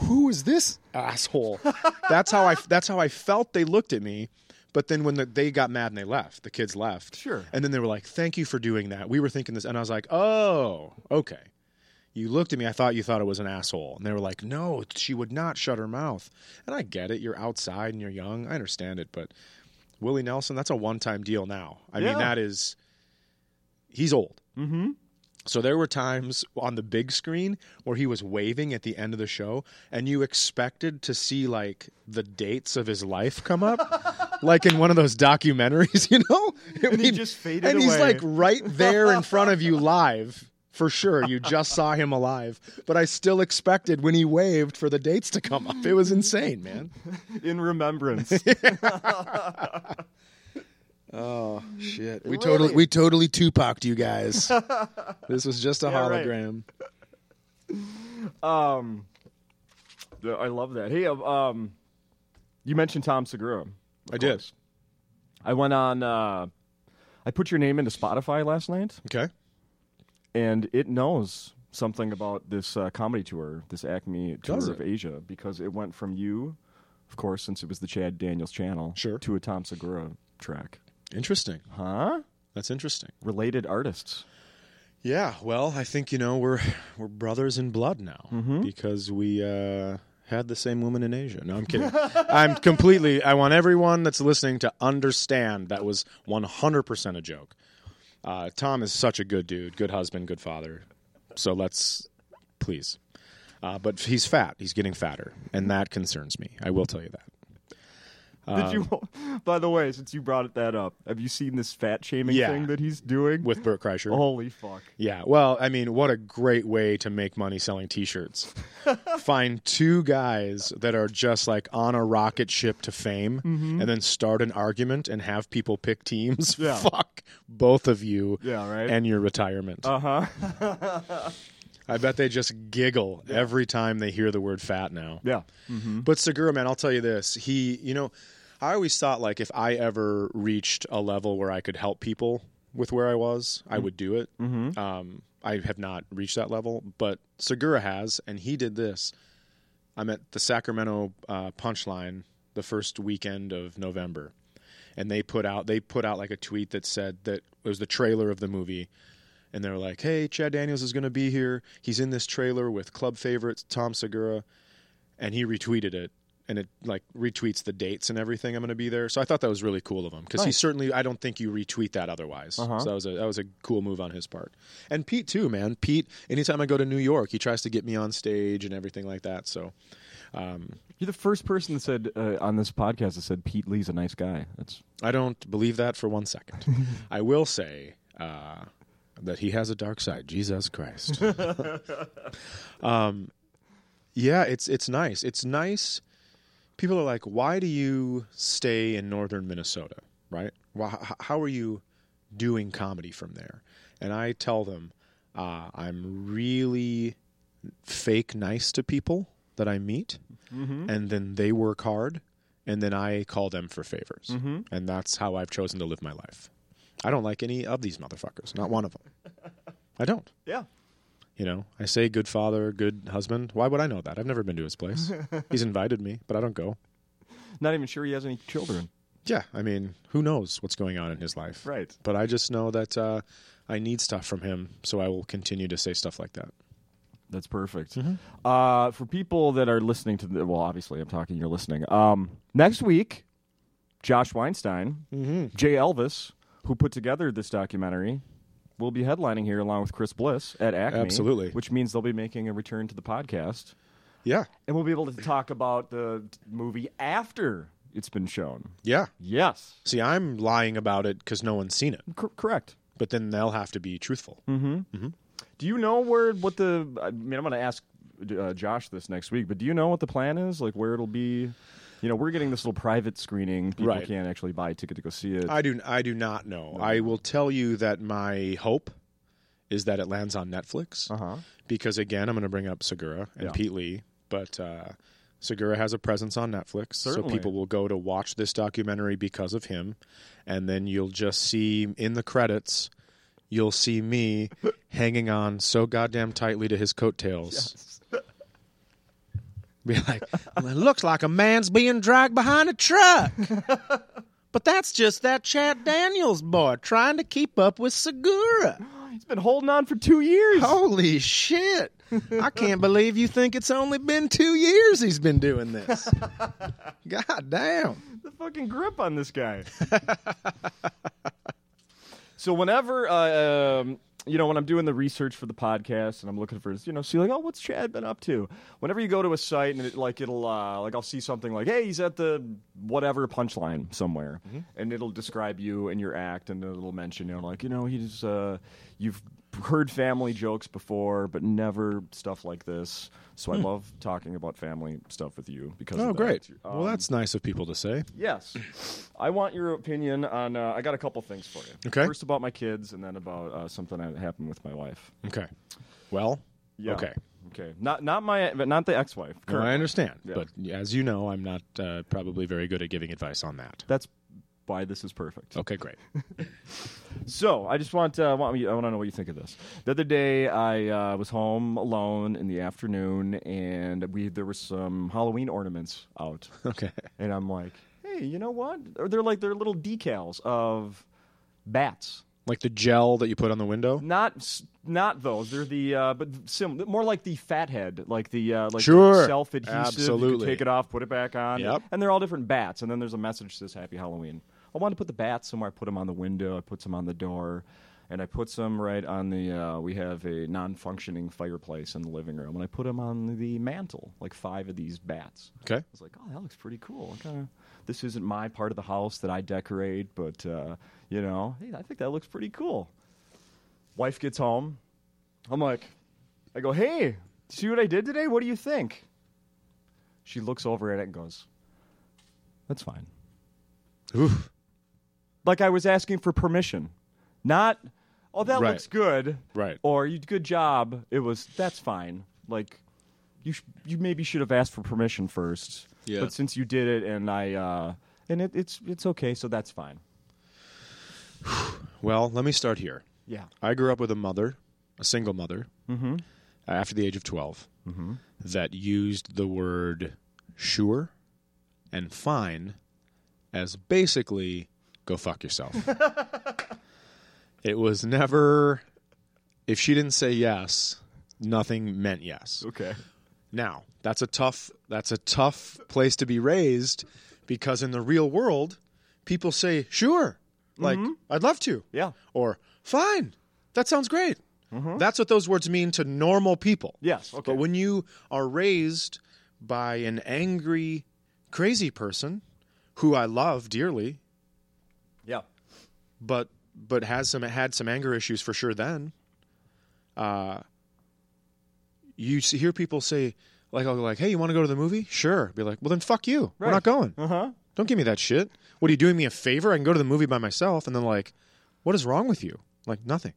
Speaker 2: who is this asshole? That's how I that's how I felt they looked at me. But then when the, they got mad and they left, the kids left.
Speaker 1: Sure.
Speaker 2: And then they were like, "Thank you for doing that. We were thinking this." And I was like, "Oh, okay." You looked at me. I thought you thought it was an asshole. And they were like, "No, she would not shut her mouth." And I get it. You're outside and you're young. I understand it, but Willie Nelson, that's a one-time deal now. I
Speaker 1: Yeah.
Speaker 2: mean, that is he's old.
Speaker 1: Mm-hmm.
Speaker 2: So there were times on the big screen where he was waving at the end of the show, and you expected to see like the dates of his life come up, like in one of those documentaries, you know?
Speaker 1: And he just faded
Speaker 2: And he's
Speaker 1: away.
Speaker 2: like right there in front of you live. For sure, you just saw him alive, but I still expected when he waved for the dates to come up. It was insane, man.
Speaker 1: In remembrance.
Speaker 2: Oh shit! We totally we totally Tupac'd you guys. this was just a
Speaker 1: Yeah, right.
Speaker 2: hologram.
Speaker 1: um, yeah, I love that. Hey, um, you mentioned Tom Segura. of
Speaker 2: I did.
Speaker 1: course. I went on. Uh, I put your name into Spotify last night,
Speaker 2: Okay.
Speaker 1: and it knows something about this uh, comedy tour, this Acme tour
Speaker 2: Does
Speaker 1: of Asia, because it went from you, of course, since it was the Chad Daniels channel,
Speaker 2: Sure.
Speaker 1: to a Tom Segura track.
Speaker 2: Interesting.
Speaker 1: Huh?
Speaker 2: That's interesting.
Speaker 1: Related artists.
Speaker 2: Yeah, well, I think you know we're we're brothers in blood now because we uh, had the same woman in Asia. No, I'm kidding. I'm completely. I want everyone that's listening to understand that was 100 percent a joke. Uh, Tom is such a good dude, good husband, good father. So let's please. Uh, but he's fat. He's getting fatter, and that concerns me. I will tell you that. Um,
Speaker 1: Did you? By the way, since you brought that up, have you seen this fat shaming
Speaker 2: Yeah.
Speaker 1: thing that he's doing?
Speaker 2: With Bert Kreischer.
Speaker 1: Holy fuck!
Speaker 2: Yeah. Well, I mean, what a great way to make money selling t-shirts. Find two guys that are just like on a rocket ship to fame and then start an argument and have people pick teams.
Speaker 1: Mm-hmm. Yeah.
Speaker 2: Fuck both of you.
Speaker 1: Yeah, right?
Speaker 2: And your retirement.
Speaker 1: Uh huh.
Speaker 2: I bet they just giggle every time they hear the word fat now.
Speaker 1: Yeah. Hmm.
Speaker 2: But Segura, man, I'll tell you this. He, you know, I always thought like if I ever reached a level where I could help people with where I was, I would do it. Mm-hmm. Um, I have not reached that level, but Segura has, and he did this. I'm at the Sacramento uh, Punchline the first weekend of November, and they put out they put out like a tweet that said that it was the trailer of the movie, and they were like, "Hey, Chad Daniels is going to be here. He's in this trailer with club favorites Tom Segura." and he retweeted it and it like retweets the dates and everything i'm going to be there so i thought that was really cool of him because he certainly i don't think you retweet that otherwise so that was a that was a cool move on his part and pete too man pete anytime i go to new york he tries to get me on stage and everything like that so
Speaker 1: You're the first person that said uh, on this podcast that said Pete Lee's a nice guy. That's
Speaker 2: i don't believe that for one second i will say uh, that he has a dark side jesus christ um, yeah it's it's nice it's nice people are like, why do you stay in northern Minnesota, right? Why, h- how are you doing comedy from there? And I tell them, uh, I'm really fake nice to people that I meet, and then they work hard, and then I call them for favors. And that's how I've chosen to live my life. I don't like any of these motherfuckers, not one of them. I don't.
Speaker 1: yeah.
Speaker 2: You know, I say good father, good husband. Why would I know that? I've never been to his place. He's invited me, but I don't go.
Speaker 1: Not even sure he has any children.
Speaker 2: Yeah, I mean, who knows what's going on in his life?
Speaker 1: Right.
Speaker 2: But I just know that uh, I need stuff from him, so I will continue to say stuff like that.
Speaker 1: That's perfect. Uh, for people that are listening to the, well, obviously I'm talking, you're listening. Um, next week, Josh Weinstein, Jay Elvis, who put together this documentary, will be headlining here along with Chris Bliss at Acme.
Speaker 2: Absolutely.
Speaker 1: Which means they'll be making a return to the podcast.
Speaker 2: Yeah,
Speaker 1: And we'll be able to talk about the movie after it's been shown.
Speaker 2: yeah.
Speaker 1: Yes.
Speaker 2: See, I'm lying about it because no one's seen it,
Speaker 1: Cor- correct.
Speaker 2: but then they'll have to be truthful.
Speaker 1: Mm-hmm. Do you know where what the? I mean, I'm going to ask uh, Josh this next week, but do you know what the plan is? Like where it'll be? You know, we're getting this little private screening. People
Speaker 2: Right.
Speaker 1: can't actually buy a ticket to go see it.
Speaker 2: I do. I do not know. I will tell you that my hope is that it lands on Netflix.
Speaker 1: huh.
Speaker 2: because again, I'm going to bring up Segura and
Speaker 1: Yeah.
Speaker 2: Pete Lee, but uh, Segura has a presence on Netflix,
Speaker 1: Certainly.
Speaker 2: so people will go to watch this documentary because of him, and then you'll just see in the credits, you'll see me hanging on so goddamn tightly to his coattails. Be like, "Well, it looks like a man's being dragged behind a truck. But that's just that Chad Daniels boy trying to keep up with Segura.
Speaker 1: He's been holding on for two years.
Speaker 2: Holy shit. I can't believe you think it's only been two years he's been doing this. God damn.
Speaker 1: the fucking grip on this guy. so whenever uh, um, you know when I'm doing the research for the podcast and I'm looking for you know see like oh what's Chad been up to? Whenever you go to a site and it, like it'll uh, like I'll see something like hey he's at the whatever punchline somewhere
Speaker 2: Mm-hmm.
Speaker 1: and it'll describe you and your act and it'll mention you know like you know he's uh, you've heard family jokes before but never stuff like this. So I love talking about family stuff with you because of
Speaker 2: Hmm. Oh,
Speaker 1: that.
Speaker 2: great.
Speaker 1: Um,
Speaker 2: well, that's nice of people to say.
Speaker 1: Yes. I want your opinion on. Uh, I got a couple things for you.
Speaker 2: Okay.
Speaker 1: First about my kids, and then about uh, something that happened with my wife.
Speaker 2: Okay. Well,
Speaker 1: Yeah.
Speaker 2: okay.
Speaker 1: Okay. Not not my, but not the ex-wife.
Speaker 2: No, I understand.
Speaker 1: Yeah.
Speaker 2: But as you know, I'm not uh, probably very good at giving advice on that.
Speaker 1: That's why this is perfect.
Speaker 2: Okay, great.
Speaker 1: So I just want uh, want me- I want to know what you think of this. The other day I uh, was home alone in the afternoon, and we there were some Halloween ornaments out.
Speaker 2: Okay.
Speaker 1: and I'm like, hey, you know what? Or they're like they're little decals of bats.
Speaker 2: Like the gel that you put on the window?
Speaker 1: Not s- not those. They're the uh, but sim more like the fathead, like the uh, like
Speaker 2: Sure.
Speaker 1: self adhesive.
Speaker 2: Absolutely.
Speaker 1: take it off, put it back on.
Speaker 2: Yep.
Speaker 1: And they're all different bats. And then there's a message that says Happy Halloween. I wanted to put the bats somewhere. I put them on the window. I put some on the door, and I put some right on the. Uh, we have a non-functioning fireplace in the living room, and I put them on the mantle, like five of these bats.
Speaker 2: Okay.
Speaker 1: I was like, oh, that looks pretty cool. Kind of, this isn't my part of the house that I decorate, but uh, you know, hey, I think that looks pretty cool. Wife gets home. I'm like, I go, hey, see what I did today? What do you think? She looks over at it and goes, that's fine.
Speaker 2: Oof.
Speaker 1: Like I was asking for permission, not, oh, that
Speaker 2: Right.
Speaker 1: looks good,
Speaker 2: Right.
Speaker 1: Or you good job. It was that's fine. Like you, sh- you maybe should have asked for permission first.
Speaker 2: Yeah.
Speaker 1: But since you did it, and I, uh, and it, it's it's okay, so that's fine.
Speaker 2: Well, let me start here.
Speaker 1: Yeah.
Speaker 2: I grew up with a mother, a single mother, uh, after the age of 12, that used the word sure and fine as basically go fuck yourself. it was never, if she didn't say yes, nothing meant yes.
Speaker 1: Okay.
Speaker 2: Now, that's a tough that's a tough place to be raised because in the real world, people say, "Sure." Like, "I'd love to."
Speaker 1: Yeah.
Speaker 2: Or, "Fine. That sounds great." That's what those words mean to normal people.
Speaker 1: Mm-hmm. Yes. Okay.
Speaker 2: But when you are raised by an angry crazy person who I love dearly,
Speaker 1: yeah.
Speaker 2: but but has some had some anger issues for sure then uh you s- hear people say like I'll go like hey you want to go to the movie sure be like well then fuck you we're not going
Speaker 1: Uh-huh.
Speaker 2: don't give me that shit what are you doing me a favor i can go to the movie by myself and then like what is wrong with you like nothing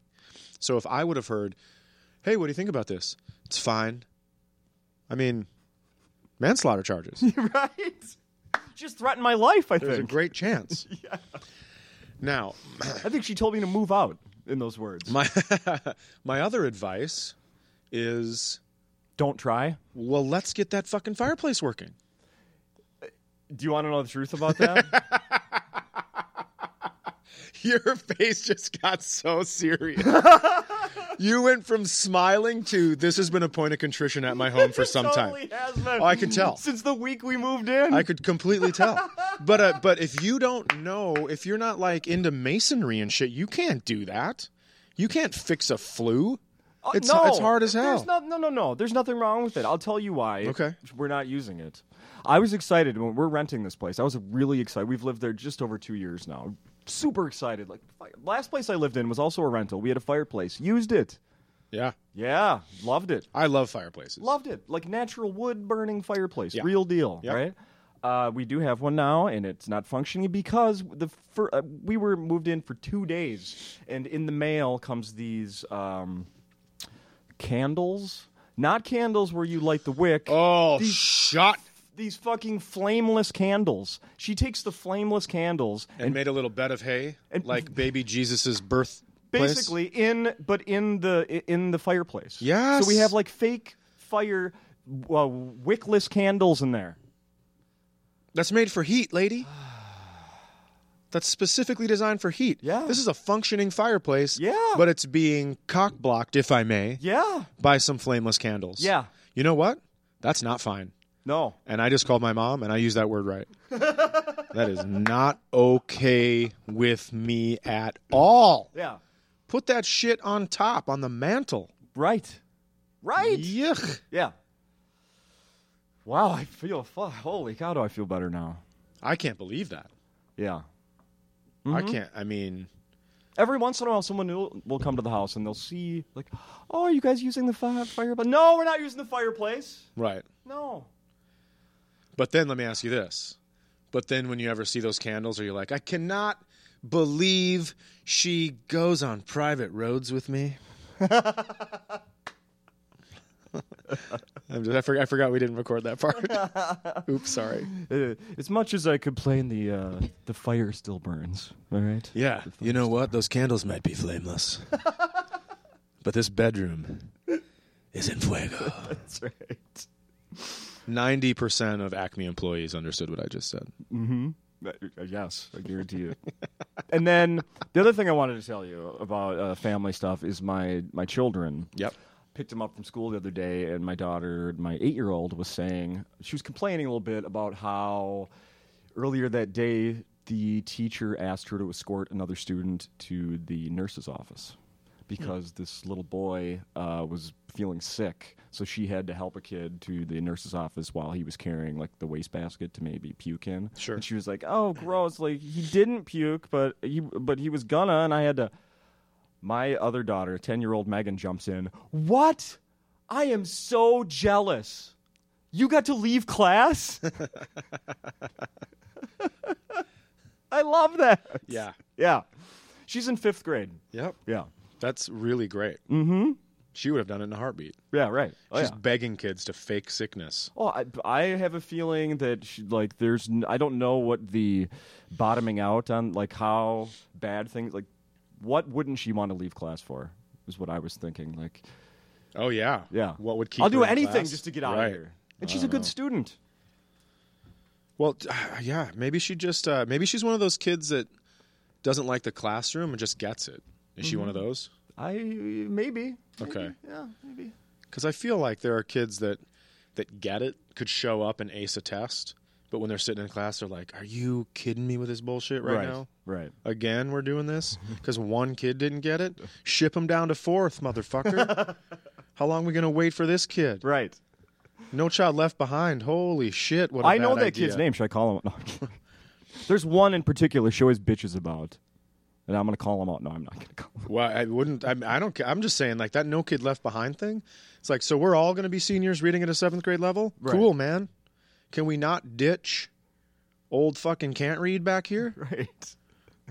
Speaker 2: so if i would have heard hey what do you think about this it's fine i mean manslaughter charges
Speaker 1: right. Just threatened my life. I
Speaker 2: there's a
Speaker 1: think.
Speaker 2: great chance now
Speaker 1: I think she told me to move out in those words.
Speaker 2: My my other advice is
Speaker 1: Don't try.
Speaker 2: well, let's get that fucking fireplace working.
Speaker 1: Do you want to know the truth about that?
Speaker 2: Your face just got so serious. you went from smiling to this has been a point of contrition at my home for some
Speaker 1: totally
Speaker 2: time.
Speaker 1: has been.
Speaker 2: Oh, I could tell.
Speaker 1: Since the week we moved in.
Speaker 2: I could completely tell. But uh, but if you don't know, if you're not like into masonry and shit, you can't do that. You can't fix a flu.
Speaker 1: Uh,
Speaker 2: It's-
Speaker 1: no,
Speaker 2: it's hard as hell.
Speaker 1: There's not, no, no, no. There's nothing wrong with it. I'll tell you why.
Speaker 2: Okay.
Speaker 1: We're not using it. I was excited when we're renting this place. I was really excited. We've lived there just over two years now. Super excited. Like fi- last place I lived in was also a rental. We had a fireplace. Used it.
Speaker 2: Yeah,
Speaker 1: Yeah, loved it.
Speaker 2: I love fireplaces.
Speaker 1: Loved it. Like natural wood burning fireplace.
Speaker 2: Yeah.
Speaker 1: Real deal,
Speaker 2: Yep.
Speaker 1: right? Uh, we do have one now, and it's not functioning because the fir- uh, we were moved in for two days, and in the mail comes these um, candles. Not candles where you light the wick.
Speaker 2: oh, shot
Speaker 1: These fucking flameless candles. She takes the flameless candles
Speaker 2: and made a little bed of hay,
Speaker 1: and-
Speaker 2: like baby Jesus's birth. place.
Speaker 1: basically in but in the in the fireplace.
Speaker 2: Yes.
Speaker 1: So we have like fake fire uh, wickless candles in there.
Speaker 2: that's made for heat, lady. That's specifically designed for heat.
Speaker 1: Yeah.
Speaker 2: this is a functioning fireplace.
Speaker 1: Yeah.
Speaker 2: but it's being cock blocked, if I may,
Speaker 1: Yeah.
Speaker 2: by some flameless candles.
Speaker 1: Yeah.
Speaker 2: you know what? That's not fine.
Speaker 1: No.
Speaker 2: And I just called my mom and I used that word right. that is not okay with me at all.
Speaker 1: Yeah.
Speaker 2: Put that shit on top, on the mantle.
Speaker 1: Right. Right.
Speaker 2: Yuck.
Speaker 1: Yeah. Wow, I feel fu- holy cow, do I feel better now?
Speaker 2: I can't believe that.
Speaker 1: Yeah.
Speaker 2: I can't. I mean,
Speaker 1: Every once in a while, someone will, will come to the house and they'll see like, "Oh, are you guys using the fi- fireplace?" No, we're not using the fireplace.
Speaker 2: right.
Speaker 1: No.
Speaker 2: But then let me ask you this. But then when you ever see those candles, are you like, I cannot believe she goes on private roads with me? I'm just, I, forgot, I forgot we didn't record that part. Oops, sorry.
Speaker 1: Uh, as much as I complain, the uh, the fire still burns. All right.
Speaker 2: Yeah.
Speaker 3: You know what? Those candles might be flameless, but this bedroom is in fuego.
Speaker 1: That's right.
Speaker 2: 90% of Acme employees understood what I just said.
Speaker 1: Uh, Yes, I guarantee you. and then the other thing I wanted to tell you about uh, family stuff is my my children.
Speaker 2: Yep.
Speaker 1: Picked them up from school the other day, and my daughter, my eight year old, was saying she was complaining a little bit about how earlier that day the teacher asked her to escort another student to the nurse's office because this little boy uh, was feeling sick so she had to help a kid to the nurse's office while he was carrying like the wastebasket to maybe puke in
Speaker 2: Sure.
Speaker 1: and she was like oh gross like he didn't puke but he but he was gonna and i had to my other daughter 10 year old megan jumps in what i am so jealous you got to leave class I love that.
Speaker 2: Yeah.
Speaker 1: Yeah. She's in fifth grade.
Speaker 2: Yep.
Speaker 1: Yeah.
Speaker 2: That's really great. Mm hmm. She would have done it in a heartbeat.
Speaker 1: Yeah, right. Mm-hmm. Oh,
Speaker 2: She's
Speaker 1: yeah.
Speaker 2: begging kids to fake sickness.
Speaker 1: Oh, I, I have a feeling that she, like there's n- I don't know what the bottoming out on like how bad things like what wouldn't she want to leave class for is what I was thinking. Like
Speaker 2: Oh, yeah.
Speaker 1: yeah,
Speaker 2: What would keep
Speaker 1: I'll
Speaker 2: her
Speaker 1: do
Speaker 2: in
Speaker 1: anything
Speaker 2: class?
Speaker 1: just to get out
Speaker 2: Right.
Speaker 1: of here. And she's a good student.
Speaker 2: Well, t- uh, yeah, maybe she just uh, maybe she's one of those kids that doesn't like the classroom and just gets it. Is she
Speaker 1: Mm-hmm.
Speaker 2: one of those?
Speaker 1: I maybe.
Speaker 2: Okay,
Speaker 1: Yeah, maybe.
Speaker 2: because I feel like there are kids that that get it could show up and ace a test, but when they're sitting in class, they're like, "Are you kidding me with this bullshit right, now?
Speaker 1: Right.
Speaker 2: Again, we're doing this because one kid didn't get it. Ship him down to fourth, motherfucker. How long we gonna wait for this kid?
Speaker 1: Right.
Speaker 2: No child left behind. Holy shit! What I
Speaker 1: I know that kid's name. Should I call him? No, I'm kidding. There's one in particular she always bitches about, and I'm gonna call him out. No, I'm not gonna call him.
Speaker 2: Well, I wouldn't. I, I don't. ca- I'm just saying, like that no kid left behind thing. It's like, so we're all going to be seniors reading at a seventh grade level.
Speaker 1: Right.
Speaker 2: Cool, man. Can we not ditch old fucking can't read back here?
Speaker 1: Right.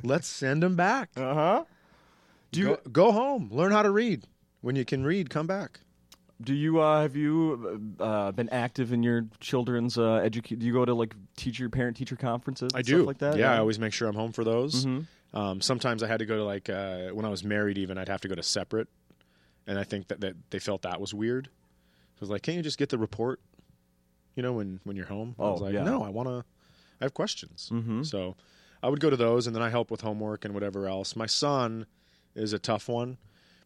Speaker 2: Let's send them back.
Speaker 1: Uh huh. Do you
Speaker 2: go, go home. Learn how to read. When you can read, come back.
Speaker 1: do you uh, have you uh, been active in your children's uh, education? Do you go to like teacher parent teacher conferences? and stuff like that. Mm-hmm.
Speaker 2: Yeah, I always make sure I'm home for those. Um, sometimes I had to go to like uh, when I was married, even I'd have to go to separate, and I think that, that they felt that was weird. So I was like, can't you just get the report? You know, when when you're home. I was
Speaker 1: Oh,
Speaker 2: like,
Speaker 1: yeah. Mm-hmm.
Speaker 2: no, I want to. I have questions. So I would go to those, and then I help with homework and whatever else. My son is a tough one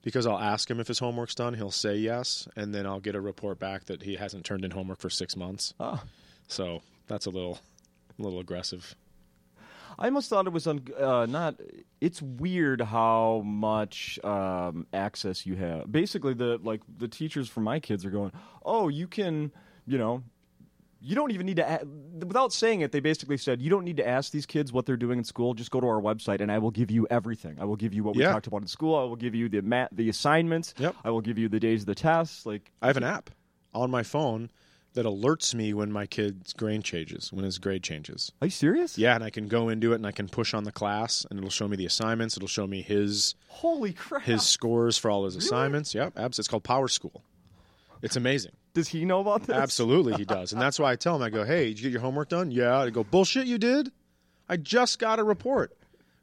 Speaker 2: because I'll ask him if his homework's done. He'll say yes, and then I'll get a report back that he hasn't turned in homework for six months.
Speaker 1: Oh.
Speaker 2: So that's a little, a little aggressive.
Speaker 1: I almost thought it was un- uh, not. It's weird how much um, access you have. Basically, the like the teachers for my kids are going, "Oh, you can, you know, you don't even need to." A-. Without saying it, they basically said, "You don't need to ask these kids what they're doing in school. Just go to our website, and I will give you everything. I will give you what we
Speaker 2: Yeah.
Speaker 1: talked about in school. I will give you the mat, the assignments.
Speaker 2: Yep.
Speaker 1: I will give you the days of the tests. Like,
Speaker 2: I have an app on my phone that alerts me when my kid's grade changes, when his grade changes.
Speaker 1: are you serious?
Speaker 2: Yeah, and I can go into it and I can push on the class, and it'll show me the assignments. It'll show me his
Speaker 1: Holy crap!
Speaker 2: his scores for all his assignments. Yep, abs. It's called Power School. It's amazing.
Speaker 1: Does he know about this?
Speaker 2: Absolutely, he does, and that's why I tell him. I go, "Hey, did you get your homework done?" Yeah. I go, "Bullshit, you did. I just got a report,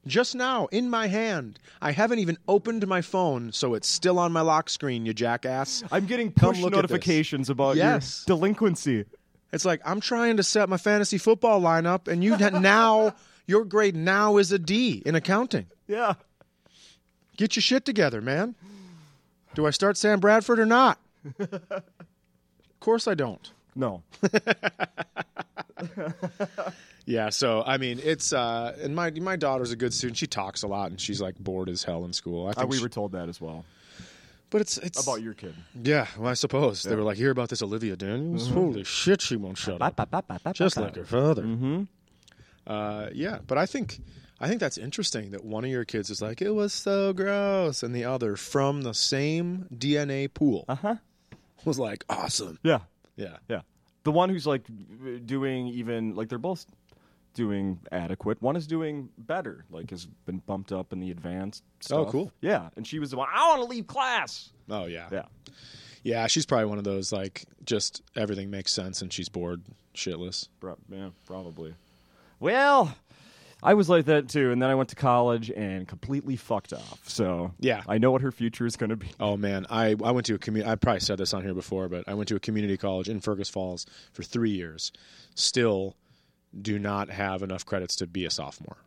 Speaker 2: just now in my hand. I haven't even opened my phone, so it's still on my lock screen. You jackass."
Speaker 1: I'm getting
Speaker 2: Come
Speaker 1: push
Speaker 2: look at this.
Speaker 1: notifications about
Speaker 2: Yes.
Speaker 1: your delinquency.
Speaker 2: It's like I'm trying to set my fantasy football lineup, and you now your grade now is a D in accounting.
Speaker 1: Yeah.
Speaker 2: Get your shit together, man. Do I start Sam Bradford or not? of course I don't.
Speaker 1: No.
Speaker 2: Yeah, so I mean, it's uh, and my my daughter's a good student. She talks a lot, and she's like bored as hell in school. I
Speaker 1: Uh,
Speaker 2: think,
Speaker 1: we
Speaker 2: she-
Speaker 1: were told that as well
Speaker 2: but it's it's
Speaker 1: about your kid.
Speaker 2: Yeah, well, I suppose they were like, hear about this Olivia
Speaker 1: Mm-hmm.
Speaker 2: Daniels? Holy shit, she won't shut up. just like her father. Mm-hmm. Uh, yeah, but I think I think that's interesting that one of your kids is like, it was so gross, and the other from the same DNA pool
Speaker 1: huh.
Speaker 2: was like, awesome.
Speaker 1: Yeah,
Speaker 2: Yeah,
Speaker 1: yeah. The one who's like doing even like they're both doing adequate. One is doing better. Like has been bumped up in the advanced. Stuff.
Speaker 2: Oh, cool.
Speaker 1: Yeah, and she was the one. I want to leave class.
Speaker 2: oh yeah,
Speaker 1: Yeah.
Speaker 2: yeah. She's probably one of those like just everything makes sense, and she's bored shitless.
Speaker 1: Pro- yeah, probably. Well, I was like that too, and then I went to college and completely fucked off. So
Speaker 2: Yeah.
Speaker 1: I know what her future is going to be.
Speaker 2: Oh man, I, I went to a community. I probably said this on here before, but I went to a community college in Fergus Falls for three years. Still, do not have enough credits to be a sophomore.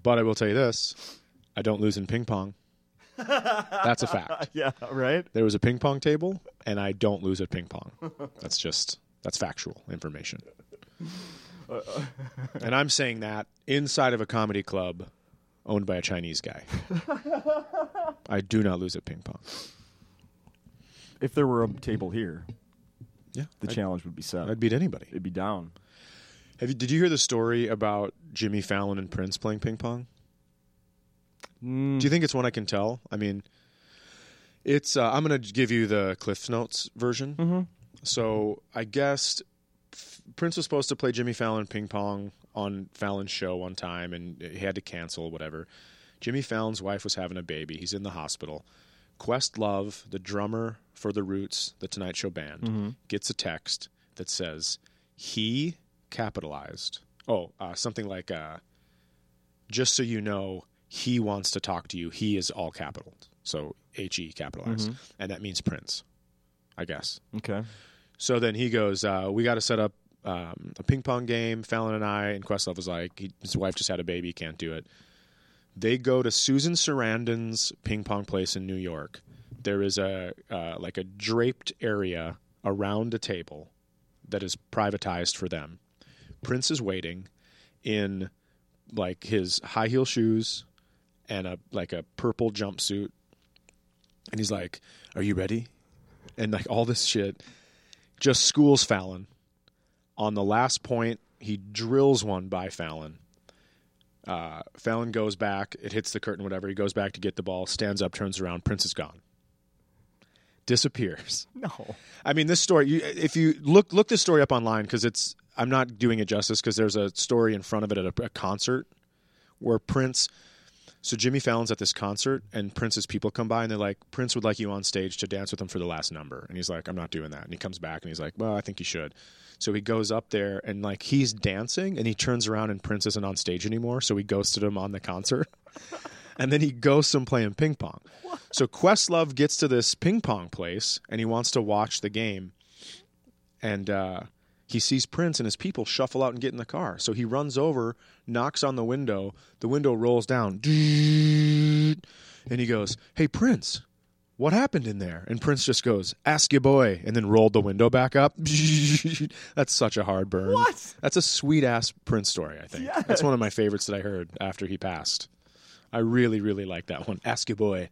Speaker 2: But I will tell you this: I don't lose in ping pong. That's a fact.
Speaker 1: Yeah, right.
Speaker 2: There was a ping pong table, and I don't lose at ping pong. That's just that's factual information. And I'm saying that inside of a comedy club owned by a Chinese guy. I do not lose at ping pong.
Speaker 1: If there were a table here,
Speaker 2: Yeah,
Speaker 1: the challenge would be set.
Speaker 2: I'd beat anybody.
Speaker 1: It'd be down.
Speaker 2: Have you, did you hear the story about Jimmy Fallon and Prince playing ping pong?
Speaker 1: Mm.
Speaker 2: Do you think it's one I can tell? I mean, it's. Uh, I'm going to give you the Cliff Notes version. So I guessed F- Prince was supposed to play Jimmy Fallon ping pong on Fallon's show one time, and he had to cancel whatever. Jimmy Fallon's wife was having a baby. He's in the hospital. Questlove, the drummer for the Roots, the Tonight Show band,
Speaker 1: Mm-hmm.
Speaker 2: gets a text that says he capitalized. Oh, uh, something like, uh, "Just so you know, he wants to talk to you. He is all capital, so H E capitalized, and that means Prince, I guess."
Speaker 1: Okay.
Speaker 2: So then he goes, uh, "We got to set up um, a ping pong game." Fallon and I and Questlove was like, he, "His wife just had a baby, can't do it." They go to Susan Sarandon's ping pong place in New York. There is a uh, like a draped area around a table that is privatized for them. Prince is waiting in like his high heel shoes and a like a purple jumpsuit, and he's like, "Are you ready?" And like all this shit just schools Fallon. On the last point, he drills one by Fallon. Uh, Fallon goes back. It hits the curtain, whatever. He goes back to get the ball, stands up, turns around. Prince is gone. Disappears.
Speaker 1: No.
Speaker 2: I mean, this story. You, if you look look this story up online, because it's I'm not doing it justice because there's a story in front of it at a, a concert where Prince. So Jimmy Fallon's at this concert, and Prince's people come by, and they're like, "Prince would like you on stage to dance with him for the last number," and he's like, "I'm not doing that." And he comes back, and he's like, "Well, I think you should." So he goes up there, and like he's dancing, and he turns around, and Prince isn't on stage anymore, so he ghosted him on the concert and then he ghosts him playing ping pong. So Questlove gets to this ping pong place and he wants to watch the game, and uh, He sees Prince and his people shuffle out and get in the car. So he runs over, knocks on the window. The window rolls down. And he goes, Hey, Prince, what happened in there? And Prince just goes, Ask your boy. And then rolled the window back up. That's such a hard burn.
Speaker 1: What?
Speaker 2: That's a sweet ass Prince story, I think. That's one of my favorites that I heard after he passed. I really, really like that one. Ask your boy.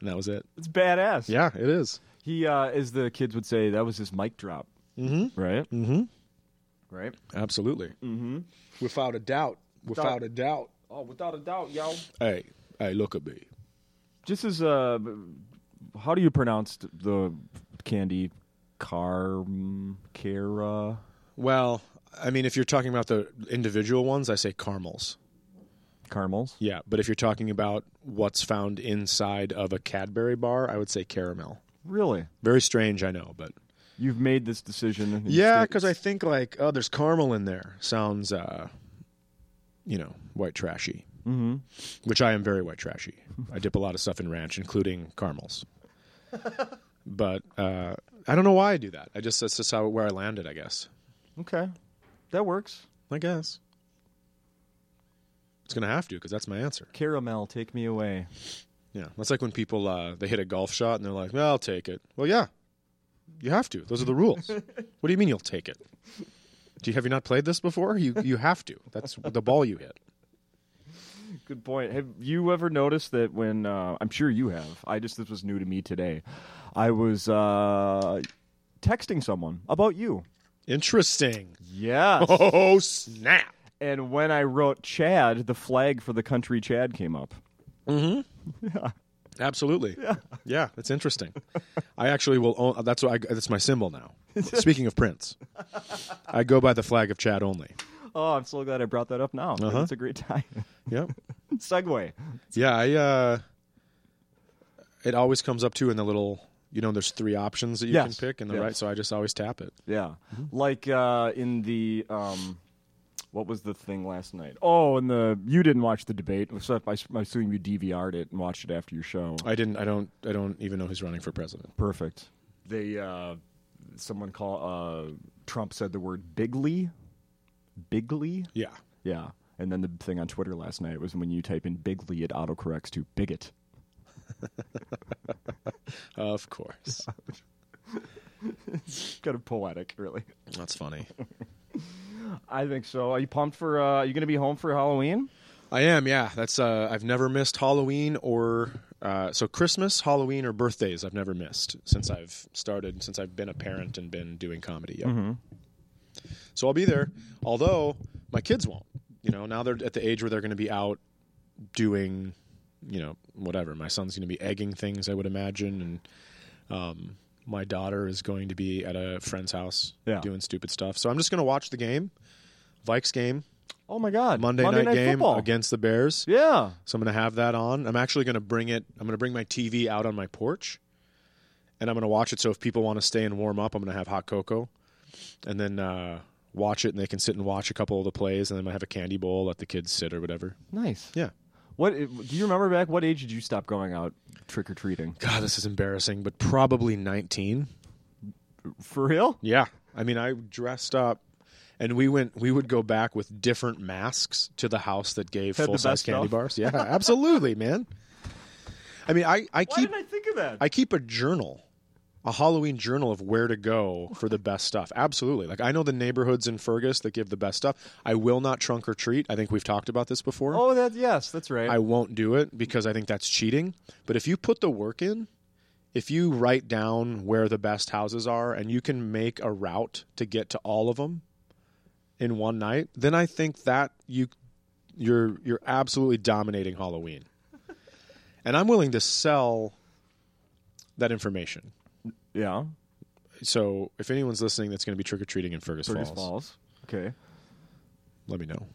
Speaker 2: And that was it.
Speaker 1: It's badass.
Speaker 2: Yeah, it is.
Speaker 1: He, uh, as the kids would say, that was his mic drop. Mm-hmm. Right. Mm-hmm. Right.
Speaker 2: Absolutely. Mm-hmm. Without a doubt. Without a doubt.
Speaker 1: Oh, without a doubt, yo.
Speaker 2: Hey, hey, look at me.
Speaker 1: Just as uh, how do you pronounce the candy? Car, Cara.
Speaker 2: Well, I mean, if you're talking about the individual ones, I say caramels.
Speaker 1: caramels.
Speaker 2: Yeah, but if you're talking about what's found inside of a Cadbury bar, I would say caramel.
Speaker 1: Really?
Speaker 2: Very strange, I know, but
Speaker 1: You've made this decision. and
Speaker 2: yeah,
Speaker 1: it's-
Speaker 2: because I think like, oh, there's caramel in there. Sounds, uh, you know, white trashy. Mm-hmm. Which I am very white trashy. I dip a lot of stuff in ranch, including caramels. but uh, I don't know why I do that. I just that's just how where I landed, I guess.
Speaker 1: Okay, that works.
Speaker 2: I guess it's gonna have to because that's my answer.
Speaker 1: Caramel, take me away.
Speaker 2: Yeah, that's like when people uh, they hit a golf shot and they're like, "Well, I'll take it." Well, yeah, you have to. Those are the rules. what do you mean you'll take it? Do you have you not played this before? You you have to. That's the ball you hit.
Speaker 1: Good point. Have you ever noticed that when uh, I'm sure you have? I just this was new to me today. I was uh, texting someone about you.
Speaker 2: Interesting.
Speaker 1: Yes.
Speaker 2: Oh snap!
Speaker 1: and when I wrote Chad, the flag for the country Chad came up.
Speaker 2: Absolutely. Yeah. Yeah, that's interesting. I actually will own. That's what I, that's my symbol now. Speaking of Prince, I go by the flag of Chad only.
Speaker 1: Oh, I'm so glad I brought that up now. It's a great time.
Speaker 2: Yep.
Speaker 1: Segway.
Speaker 2: Yeah, I uh it always comes up too in the little you know, there's three options that you
Speaker 1: Yes.
Speaker 2: can pick in the
Speaker 1: Yes.
Speaker 2: right, so I just always tap it.
Speaker 1: Yeah. Like uh, in the um, what was the thing last night? Oh, in the you didn't watch the debate. So I, I assume you DVR'd it and watched it after your show.
Speaker 2: I didn't I don't I don't even know who's running for president.
Speaker 1: Perfect. They uh, someone call uh, Trump said the word bigly, bigly.
Speaker 2: Yeah.
Speaker 1: Yeah. And then the thing on Twitter last night was when you type in bigly, it autocorrects to bigot.
Speaker 2: Of course.
Speaker 1: Kind of poetic, really.
Speaker 2: That's funny.
Speaker 1: I think so. Are you pumped for? Uh, are you going to be home for Halloween?
Speaker 2: I am, yeah. That's uh I've never missed Halloween or uh so Christmas, Halloween or birthdays I've never missed since I've started since I've been a parent and been doing comedy. Yep.
Speaker 1: Mm-hmm.
Speaker 2: So I'll be there. Although my kids won't. You know, now they're at the age where they're going to be out doing, you know, whatever. My son's going to be egging things, I would imagine, and um, my daughter is going to be at a friend's house
Speaker 1: Yeah.
Speaker 2: doing stupid stuff. So I'm just going to watch the game, Vikes game,
Speaker 1: Oh my God!
Speaker 2: Monday,
Speaker 1: Monday
Speaker 2: night, game
Speaker 1: football.
Speaker 2: against the Bears.
Speaker 1: Yeah.
Speaker 2: So I'm going to have that on. I'm actually going to bring it. I'm going to bring my TV out on my porch, and I'm going to watch it. So if people want to stay and warm up, I'm going to have hot cocoa, and then uh, watch it, and they can sit and watch a couple of the plays, and then I have a candy bowl, let the kids sit or whatever.
Speaker 1: Nice.
Speaker 2: Yeah.
Speaker 1: What eh, do you remember back? What age did you stop going out trick or treating?
Speaker 2: God, this is embarrassing, but probably 19.
Speaker 1: For real?
Speaker 2: Yeah. I mean, I dressed up. And we went. We would go back with different masks to the house that gave
Speaker 1: Had the
Speaker 2: full size
Speaker 1: best
Speaker 2: candy
Speaker 1: stuff.
Speaker 2: bars. Yeah, absolutely, man. I mean, I I keep
Speaker 1: I think of that?
Speaker 2: I keep a journal, a Halloween journal of where to go for the best stuff. Absolutely. Like I know the neighborhoods in Fergus that give the best stuff. I will not trunk or treat. I think we've talked about this before.
Speaker 1: oh, that yes, that's right.
Speaker 2: I won't do it because I think that's cheating. But if you put the work in, if you write down where the best houses are and you can make a route to get to all of them in one night, then I think that you you're you're absolutely dominating Halloween. and I'm willing to sell that information.
Speaker 1: yeah.
Speaker 2: So if anyone's listening that's going to be trick or treating in Fergus,
Speaker 1: Fergus
Speaker 2: Falls,
Speaker 1: Falls. Okay.
Speaker 2: let me know.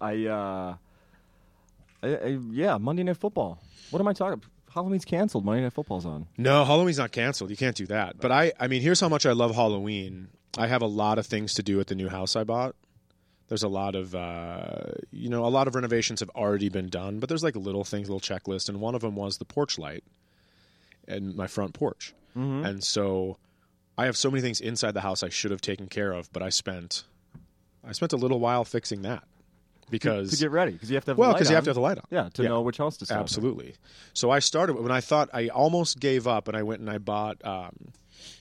Speaker 1: I, uh, I, I, yeah, Monday Night Football. What am I talking? Halloween's canceled. Monday Night Football's on.
Speaker 2: No, Halloween's not canceled. You can't do that. But I, I mean, here's how much I love Halloween. I have a lot of things to do at the new house I bought. There's a lot of, uh, you know, a lot of renovations have already been done, but there's like little things, little checklist, Mm-hmm. and one of them was the porch light and my front porch. And so I have so many things inside the house I should have taken care of, but I spent I spent a little while fixing that because
Speaker 1: to get ready because you have to have
Speaker 2: well
Speaker 1: because
Speaker 2: because you have to have the light on.
Speaker 1: yeah to know which house to stop. at.
Speaker 2: Absolutely. So I started when I thought I almost gave up, and I went and I bought um,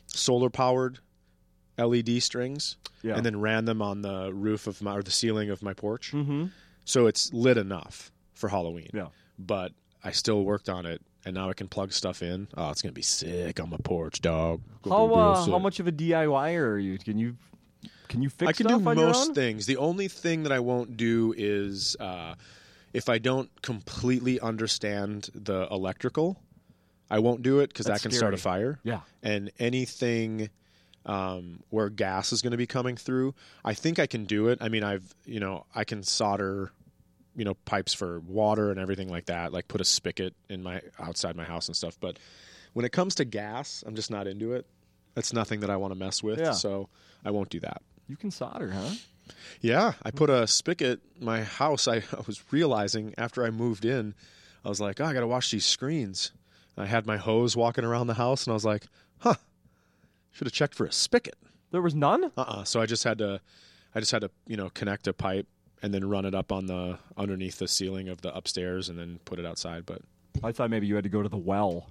Speaker 2: solar powered LED strings,
Speaker 1: Yeah.
Speaker 2: and then ran them on the roof of my or the ceiling of my porch. Mm-hmm. So it's lit enough for Halloween.
Speaker 1: Hmm. Yeah.
Speaker 2: But I still worked on it, and now I can plug stuff in. Oh, it's gonna be sick on my porch, dog.
Speaker 1: How uh,
Speaker 2: So-
Speaker 1: how much of a DIYer are you? Can you can you fix
Speaker 2: I can
Speaker 1: stuff
Speaker 2: do
Speaker 1: on your
Speaker 2: most
Speaker 1: own?
Speaker 2: things. The only thing that I won't do is uh, if I don't completely understand the electrical, I won't do it because that
Speaker 1: That's
Speaker 2: can start a
Speaker 1: scary.
Speaker 2: fire.
Speaker 1: Yeah.
Speaker 2: And anything um, where gas is going to be coming through, I think I can do it. I mean, I've you know I can solder you know pipes for water and everything like that. Like put a spigot in my outside my house and stuff. But when it comes to gas, I'm just not into it. That's nothing that I want to mess with.
Speaker 1: Yeah.
Speaker 2: So I won't do that.
Speaker 1: You can solder, huh?
Speaker 2: Yeah, I put a spigot. My house, I, I was realizing after I moved in, I was like, oh, I got to wash these screens. And I had my hose walking around the house, and I was like, huh, should have checked for a spigot.
Speaker 1: There was none.
Speaker 2: Uh uh So I just had to, I just had to, you know, connect a pipe and then run it up on the underneath the ceiling of the upstairs and then put it outside. But
Speaker 1: I thought maybe you had to go to the well.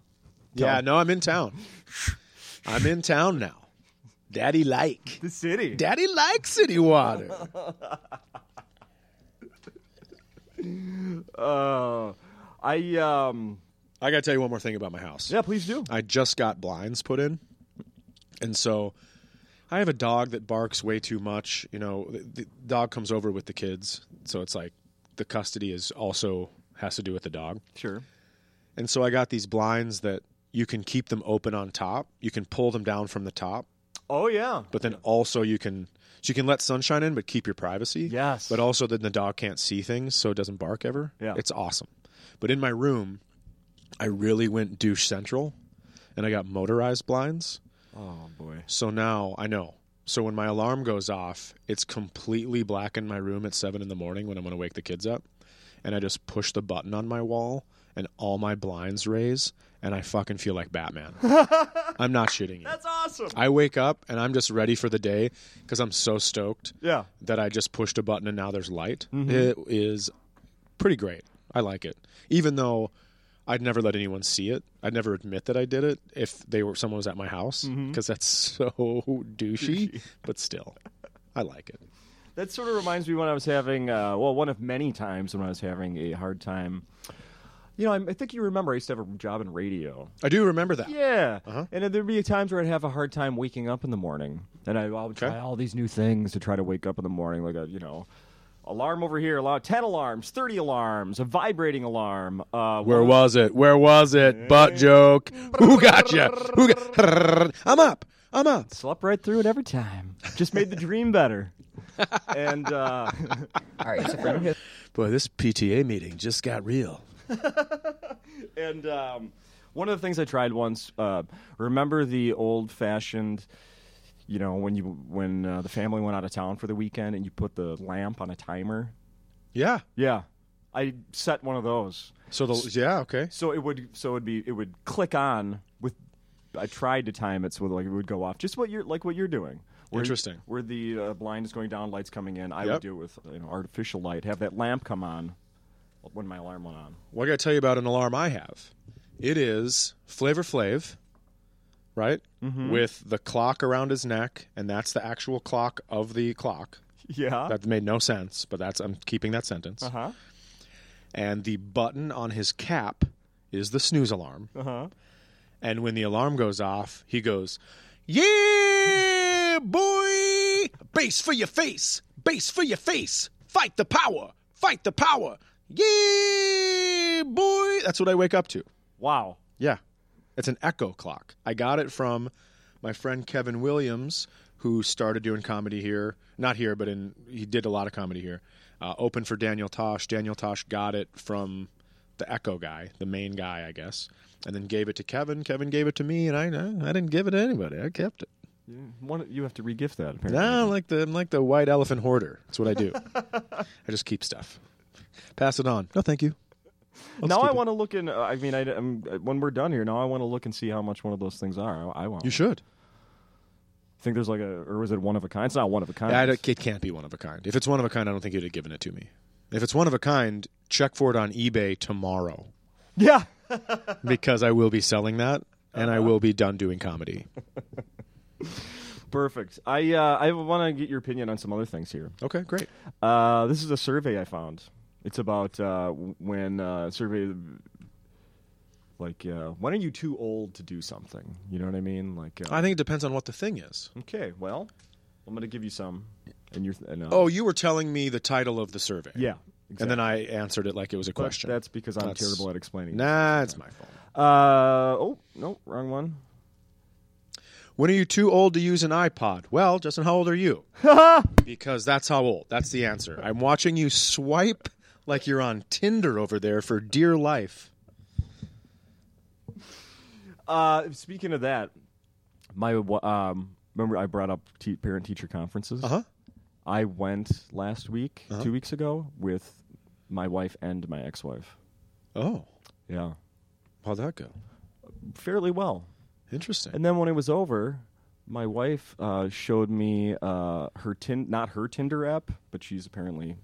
Speaker 2: yeah, no, I'm in town. I'm in town now. Daddy like.
Speaker 1: The city.
Speaker 2: Daddy likes city water.
Speaker 1: Uh, I um.
Speaker 2: I got to tell you one more thing about my house.
Speaker 1: Yeah, please do.
Speaker 2: I just got blinds put in, and so I have a dog that barks way too much. You know, the, the dog comes over with the kids, so it's like the custody is also has to do with the dog.
Speaker 1: Sure.
Speaker 2: And so I got these blinds that you can keep them open on top. You can pull them down from the top,
Speaker 1: Oh yeah.
Speaker 2: but then also you can so you can let sunshine in, but keep your privacy.
Speaker 1: Yes.
Speaker 2: But also then the dog can't see things, so it doesn't bark ever.
Speaker 1: Yeah.
Speaker 2: It's awesome. But in my room, I really went douche central, and I got motorized blinds.
Speaker 1: Oh boy.
Speaker 2: So now I know. So when my alarm goes off, it's completely black in my room at seven in the morning when I'm going to wake the kids up, and I just push the button on my wall, and all my blinds raise, and I fucking feel like Batman. I'm not shitting you.
Speaker 1: awesome.
Speaker 2: I wake up and I'm just ready for the day because I'm so stoked
Speaker 1: Yeah.
Speaker 2: that I just pushed a button and now there's light.
Speaker 3: Mm-hmm.
Speaker 2: It is pretty great. I like it. Even though I'd never let anyone see it. I'd never admit that I did it if they were someone was at my house because
Speaker 3: Mm-hmm.
Speaker 2: that's so douchey, but still. I like it.
Speaker 1: That sort of reminds me when I was having, uh, well, one of many times when I was having a hard time. You know, I, I think you remember I used to have a job in radio.
Speaker 2: I do remember that.
Speaker 1: Yeah. And then there'd be times where I'd have a hard time waking up in the morning. And I, I would try
Speaker 2: Okay.
Speaker 1: all these new things to try to wake up in the morning, like a, you know, alarm over here, alarm, 10 alarms, 30 alarms, a vibrating alarm. Uh,
Speaker 2: Where was it? Where was it? Butt joke. Who got you? Who got? I'm up. I'm up.
Speaker 1: Slept right through it every time. Just made the dream better. and uh,
Speaker 4: All right, so from his
Speaker 3: Boy, this PTA meeting just got real.
Speaker 1: and um, one of the things I tried once. Uh, remember the old fashioned, you know, when you when uh, the family went out of town for the weekend and you put the lamp on a timer.
Speaker 2: Yeah.
Speaker 1: Yeah, I set one of those,
Speaker 2: So the yeah okay.
Speaker 1: so it would so it'd be it would click on with. I tried to time it so like it would go off, just what you're like what you're doing. Where,
Speaker 2: Interesting.
Speaker 1: Where the uh, blind is going down, lights coming in. I
Speaker 2: Yep.
Speaker 1: would do it with you know artificial light. Have that lamp come on when my alarm went on.
Speaker 2: Well, I got to tell you about an alarm I have. It is Flavor Flav, right? With the clock around his neck, and that's the actual clock of the clock.
Speaker 1: Yeah.
Speaker 2: That made no sense, but that's I'm keeping that sentence.
Speaker 1: Uh huh.
Speaker 2: And the button on his cap is the snooze alarm.
Speaker 1: Uh huh.
Speaker 2: And when the alarm goes off, he goes, "Yeah, boy! Bass for your face! Bass for your face! Fight the power! Fight the power! Yeah, boy!" That's what I wake up to.
Speaker 1: Wow.
Speaker 2: Yeah. It's an echo clock. I got it from my friend Kevin Williams, who started doing comedy here. Not here, but in he did a lot of comedy here. Uh, open for Daniel Tosh. Daniel Tosh got it from the echo guy, the main guy, I guess, and then gave it to Kevin. Kevin gave it to me, and I I didn't give it to anybody. I kept it.
Speaker 1: One, you have to regift that apparently.
Speaker 2: Nah, I'm like the I'm like the white elephant hoarder. That's what I do. I just keep stuff. Pass it on. No, thank you. I'll
Speaker 1: now
Speaker 2: keep
Speaker 1: I
Speaker 2: it.
Speaker 1: want to look in. uh, I mean, I, i when we're done here, now I want to look and see how much one of those things are. I, I want.
Speaker 2: You should.
Speaker 1: think there's like a, or was it one of a kind? It's not one of a kind.
Speaker 2: I don't- it can't be one of a kind. If it's one of a kind, I don't think you'd have given it to me. If it's one of a kind, check for it on eBay tomorrow
Speaker 1: yeah.
Speaker 2: because I will be selling that and
Speaker 1: Uh-huh.
Speaker 2: I will be done doing comedy.
Speaker 1: Perfect. I uh, I want to get your opinion on some other things here.
Speaker 2: Okay, great.
Speaker 1: Uh, this is a survey I found. It's about uh, w- when uh, survey, like uh, when are you too old to do something? You know what I mean? Like uh,
Speaker 2: I think it depends on what the thing is.
Speaker 1: okay, well, I'm gonna give you some, and you're th- and, uh,
Speaker 2: Oh, you were telling me the title of the survey.
Speaker 1: yeah,
Speaker 2: And
Speaker 1: exactly.
Speaker 2: then I answered it like it was a
Speaker 1: But
Speaker 2: question.
Speaker 1: That's because I'm
Speaker 2: That's-
Speaker 1: terrible at explaining.
Speaker 2: nah, it's my fault.
Speaker 1: Uh oh, no, wrong one.
Speaker 2: When are you too old to use an iPod? Well, Justin, how old are you? because that's how old. That's the answer. I'm watching you swipe like you're on Tinder over there for dear life.
Speaker 1: Uh, speaking of that, my wa- um, remember I brought up te- parent teacher conferences.
Speaker 2: Uh huh.
Speaker 1: I went last week,
Speaker 2: Uh-huh.
Speaker 1: two weeks ago, with my wife and my ex-wife.
Speaker 2: Oh,
Speaker 1: Yeah,
Speaker 2: how'd that go?
Speaker 1: fairly well.
Speaker 2: Interesting.
Speaker 1: And then when it was over, my wife uh, showed me uh, her tin not her Tinder app, but she's apparently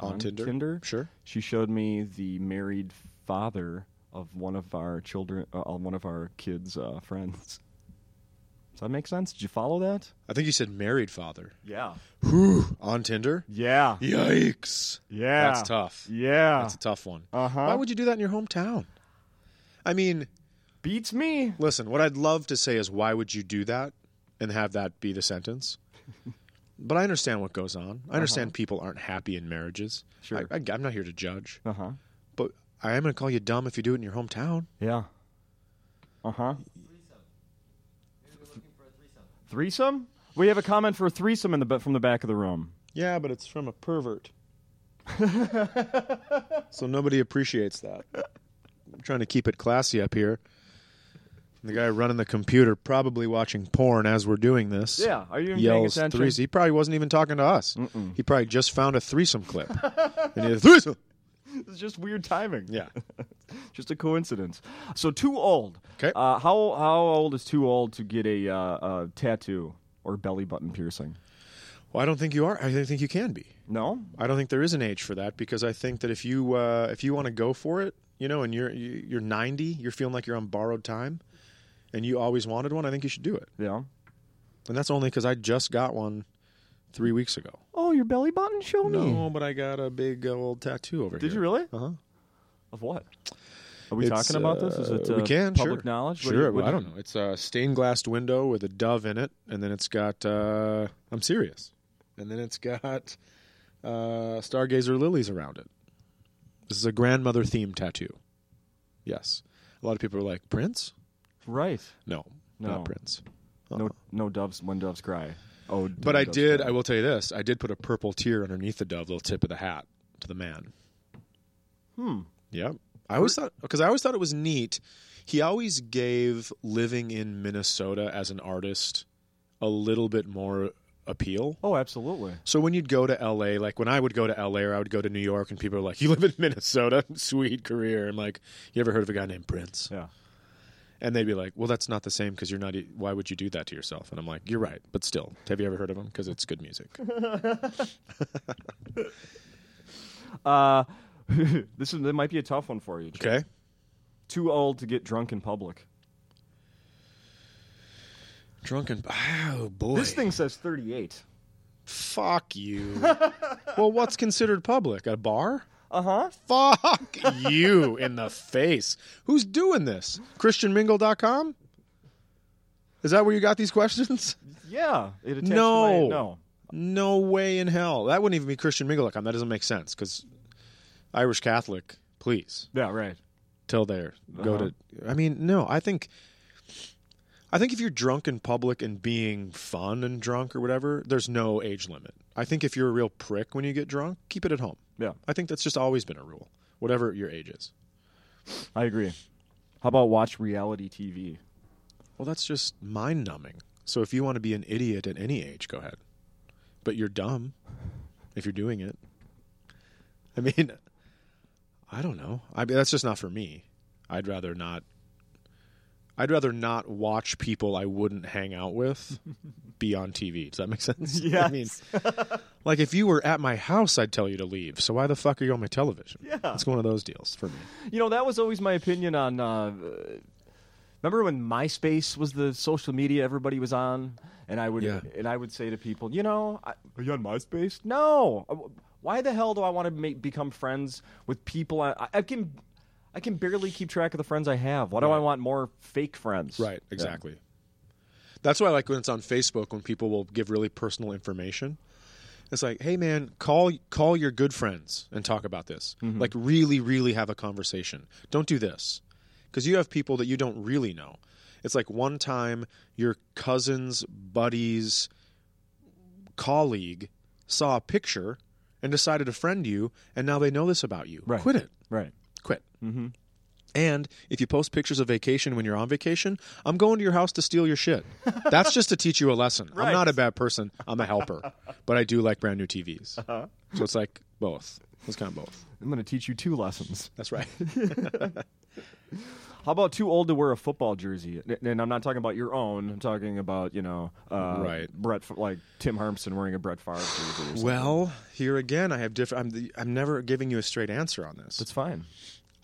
Speaker 2: On Tinder? Sure.
Speaker 1: She showed me the married father of one of our children, uh, of one of our kids' uh, friends. Does that make sense? Did you follow that?
Speaker 2: I think you said married father.
Speaker 1: Yeah.
Speaker 2: Whew. On Tinder?
Speaker 1: Yeah.
Speaker 2: Yikes.
Speaker 1: Yeah.
Speaker 2: That's tough.
Speaker 1: Yeah.
Speaker 2: That's a tough one.
Speaker 1: Uh-huh.
Speaker 2: Why would you do that in your hometown? I mean,
Speaker 1: Beats me.
Speaker 2: Listen, what I'd love to say is why would you do that and have that be the sentence? but I understand what goes on. I understand people aren't happy in marriages.
Speaker 1: Sure.
Speaker 2: I, I, am not here to judge,
Speaker 1: Uh huh.
Speaker 2: but I am going to call you dumb if you do it in your hometown.
Speaker 1: Yeah. Uh huh. Threesome? We have a comment for a threesome in the ba- from the back of the room.
Speaker 2: Yeah, but it's from a pervert. so nobody appreciates that. I'm trying to keep it classy up here. The guy running the computer probably watching porn as we're doing this.
Speaker 1: Yeah, are you even paying
Speaker 2: yells
Speaker 1: attention?
Speaker 2: threes- He probably wasn't even talking to us. He probably just found a threesome clip. and he threesome.
Speaker 1: It's just weird timing.
Speaker 2: Yeah.
Speaker 1: just a coincidence. So too old.
Speaker 2: 'Kay.
Speaker 1: Uh, how how old is too old to get a, uh, a tattoo or belly button piercing?
Speaker 2: Well, I don't think you are. I don't think you can be.
Speaker 1: No.
Speaker 2: I don't think there is an age for that because I think that if you uh, if you want to go for it, you know, and you're you- you're 90, you're feeling like you're on borrowed time, and you always wanted one. I think you should do it.
Speaker 1: Yeah.
Speaker 2: And that's only because I just got one three weeks ago.
Speaker 1: Oh, your belly button? Show me.
Speaker 2: No, but I got a big uh, old tattoo over here.
Speaker 1: Hmm. Did you really?
Speaker 2: Uh huh.
Speaker 1: Of what? Are we
Speaker 2: It's,
Speaker 1: talking about this? Is it
Speaker 2: uh,
Speaker 1: uh,
Speaker 2: we can
Speaker 1: public
Speaker 2: sure.
Speaker 1: knowledge? What do
Speaker 2: Sure,
Speaker 1: you- what
Speaker 2: I
Speaker 1: do you-
Speaker 2: don't know. It's a stained glass window with a dove in it, and then it's got uh, I'm serious, and then it's got uh, stargazer lilies around it. This is a grandmother themed tattoo. Yes, a lot of people are like Prince.
Speaker 1: Right.
Speaker 2: No,
Speaker 1: No.
Speaker 2: not Prince.
Speaker 1: No, no doves when doves cry. Oh, do
Speaker 2: But I
Speaker 1: doves
Speaker 2: did.
Speaker 1: cry.
Speaker 2: I will tell you this. I did put a purple tear underneath the dove, little tip of the hat to the man. Hmm. Yep. I always thought because I always thought it was neat. He always gave living in Minnesota as an artist a little bit more appeal.
Speaker 1: Oh, absolutely.
Speaker 2: So when you'd go to LA, like when I would go to LA or I would go to New York, and people are like, "You live in Minnesota, sweet career." I'm like, "You ever heard of a guy named Prince?"
Speaker 1: Yeah.
Speaker 2: And they'd be like, "Well, that's not the same because you're not. e- Why would you do that to yourself?" And I'm like, "You're right, but still, have you ever heard of him? Because it's good music."
Speaker 1: Uh, this is that might be a tough one for you. Chip.
Speaker 2: Okay.
Speaker 1: Too old to get drunk in public.
Speaker 2: Drunken. Oh boy.
Speaker 1: This thing says 38.
Speaker 2: Fuck you. well, what's considered public? A bar?
Speaker 1: Uh huh.
Speaker 2: Fuck you in the face. Who's doing this? ChristianMingle.com? Is that where you got these questions?
Speaker 1: Yeah. It attached To my,
Speaker 2: No.
Speaker 1: no.
Speaker 2: No way in hell. That wouldn't even be ChristianMingle.com. That doesn't make sense because Irish Catholic, please.
Speaker 1: Yeah. Right.
Speaker 2: till there. Go
Speaker 1: Uh-huh.
Speaker 2: to. I mean, no. I think. I think if you're drunk in public and being fun and drunk or whatever, there's no age limit. I think if you're a real prick when you get drunk, keep it at home.
Speaker 1: Yeah.
Speaker 2: I think that's just always been a rule, whatever your age is.
Speaker 1: I agree. How about watch reality TV?
Speaker 2: Well, that's just mind numbing. So if you want to be an idiot at any age, go ahead. But you're dumb if you're doing it. I mean, I don't know. I mean, that's just not for me. I'd rather not. I'd rather not watch people I wouldn't hang out with be on TV. Does that make sense? I mean,
Speaker 1: Yes.
Speaker 2: like if you were at my house, I'd tell you to leave. So why the fuck are you on my television?
Speaker 1: Yeah.
Speaker 2: It's one of those deals for me.
Speaker 1: You know, that was always my opinion on. Uh, remember when MySpace was the social media everybody was on, and I would
Speaker 2: Yeah.
Speaker 1: and I would say to people, you know, I, are you on MySpace? No. Uh, Why the hell do I want to make, become friends with people? I, I- I can, I can barely keep track of the friends I have. Why do I want more fake friends?
Speaker 2: Right, exactly. That's why I like when it's on Facebook when people will give really personal information. It's like, hey man, call call your good friends and talk about this. Like really, really have a conversation. Don't do this. Because you have people that you don't really know. It's like one time your cousin's buddy's colleague saw a picture and decided to friend you and now they know this about you.
Speaker 1: Right.
Speaker 2: Quit it.
Speaker 1: Right.
Speaker 2: Quit. And if you post pictures of vacation when you're on vacation, I'm going to your house to steal your shit. That's just to teach you a lesson.
Speaker 1: Right.
Speaker 2: I'm not a bad person. I'm a helper. but I do like brand new TVs. So it's like both. It's kind of both.
Speaker 1: I'm going to teach you two lessons.
Speaker 2: That's right.
Speaker 1: How about too old to wear a football jersey? N- And I'm not talking about your own. I'm talking about you know, uh,
Speaker 2: Right.
Speaker 1: Brett, F- like Tim Harmson wearing a Brett Favre jersey. Or something.
Speaker 2: well, here again, I have different. I'm, the, I'm never giving you a straight answer on this.
Speaker 1: It's fine.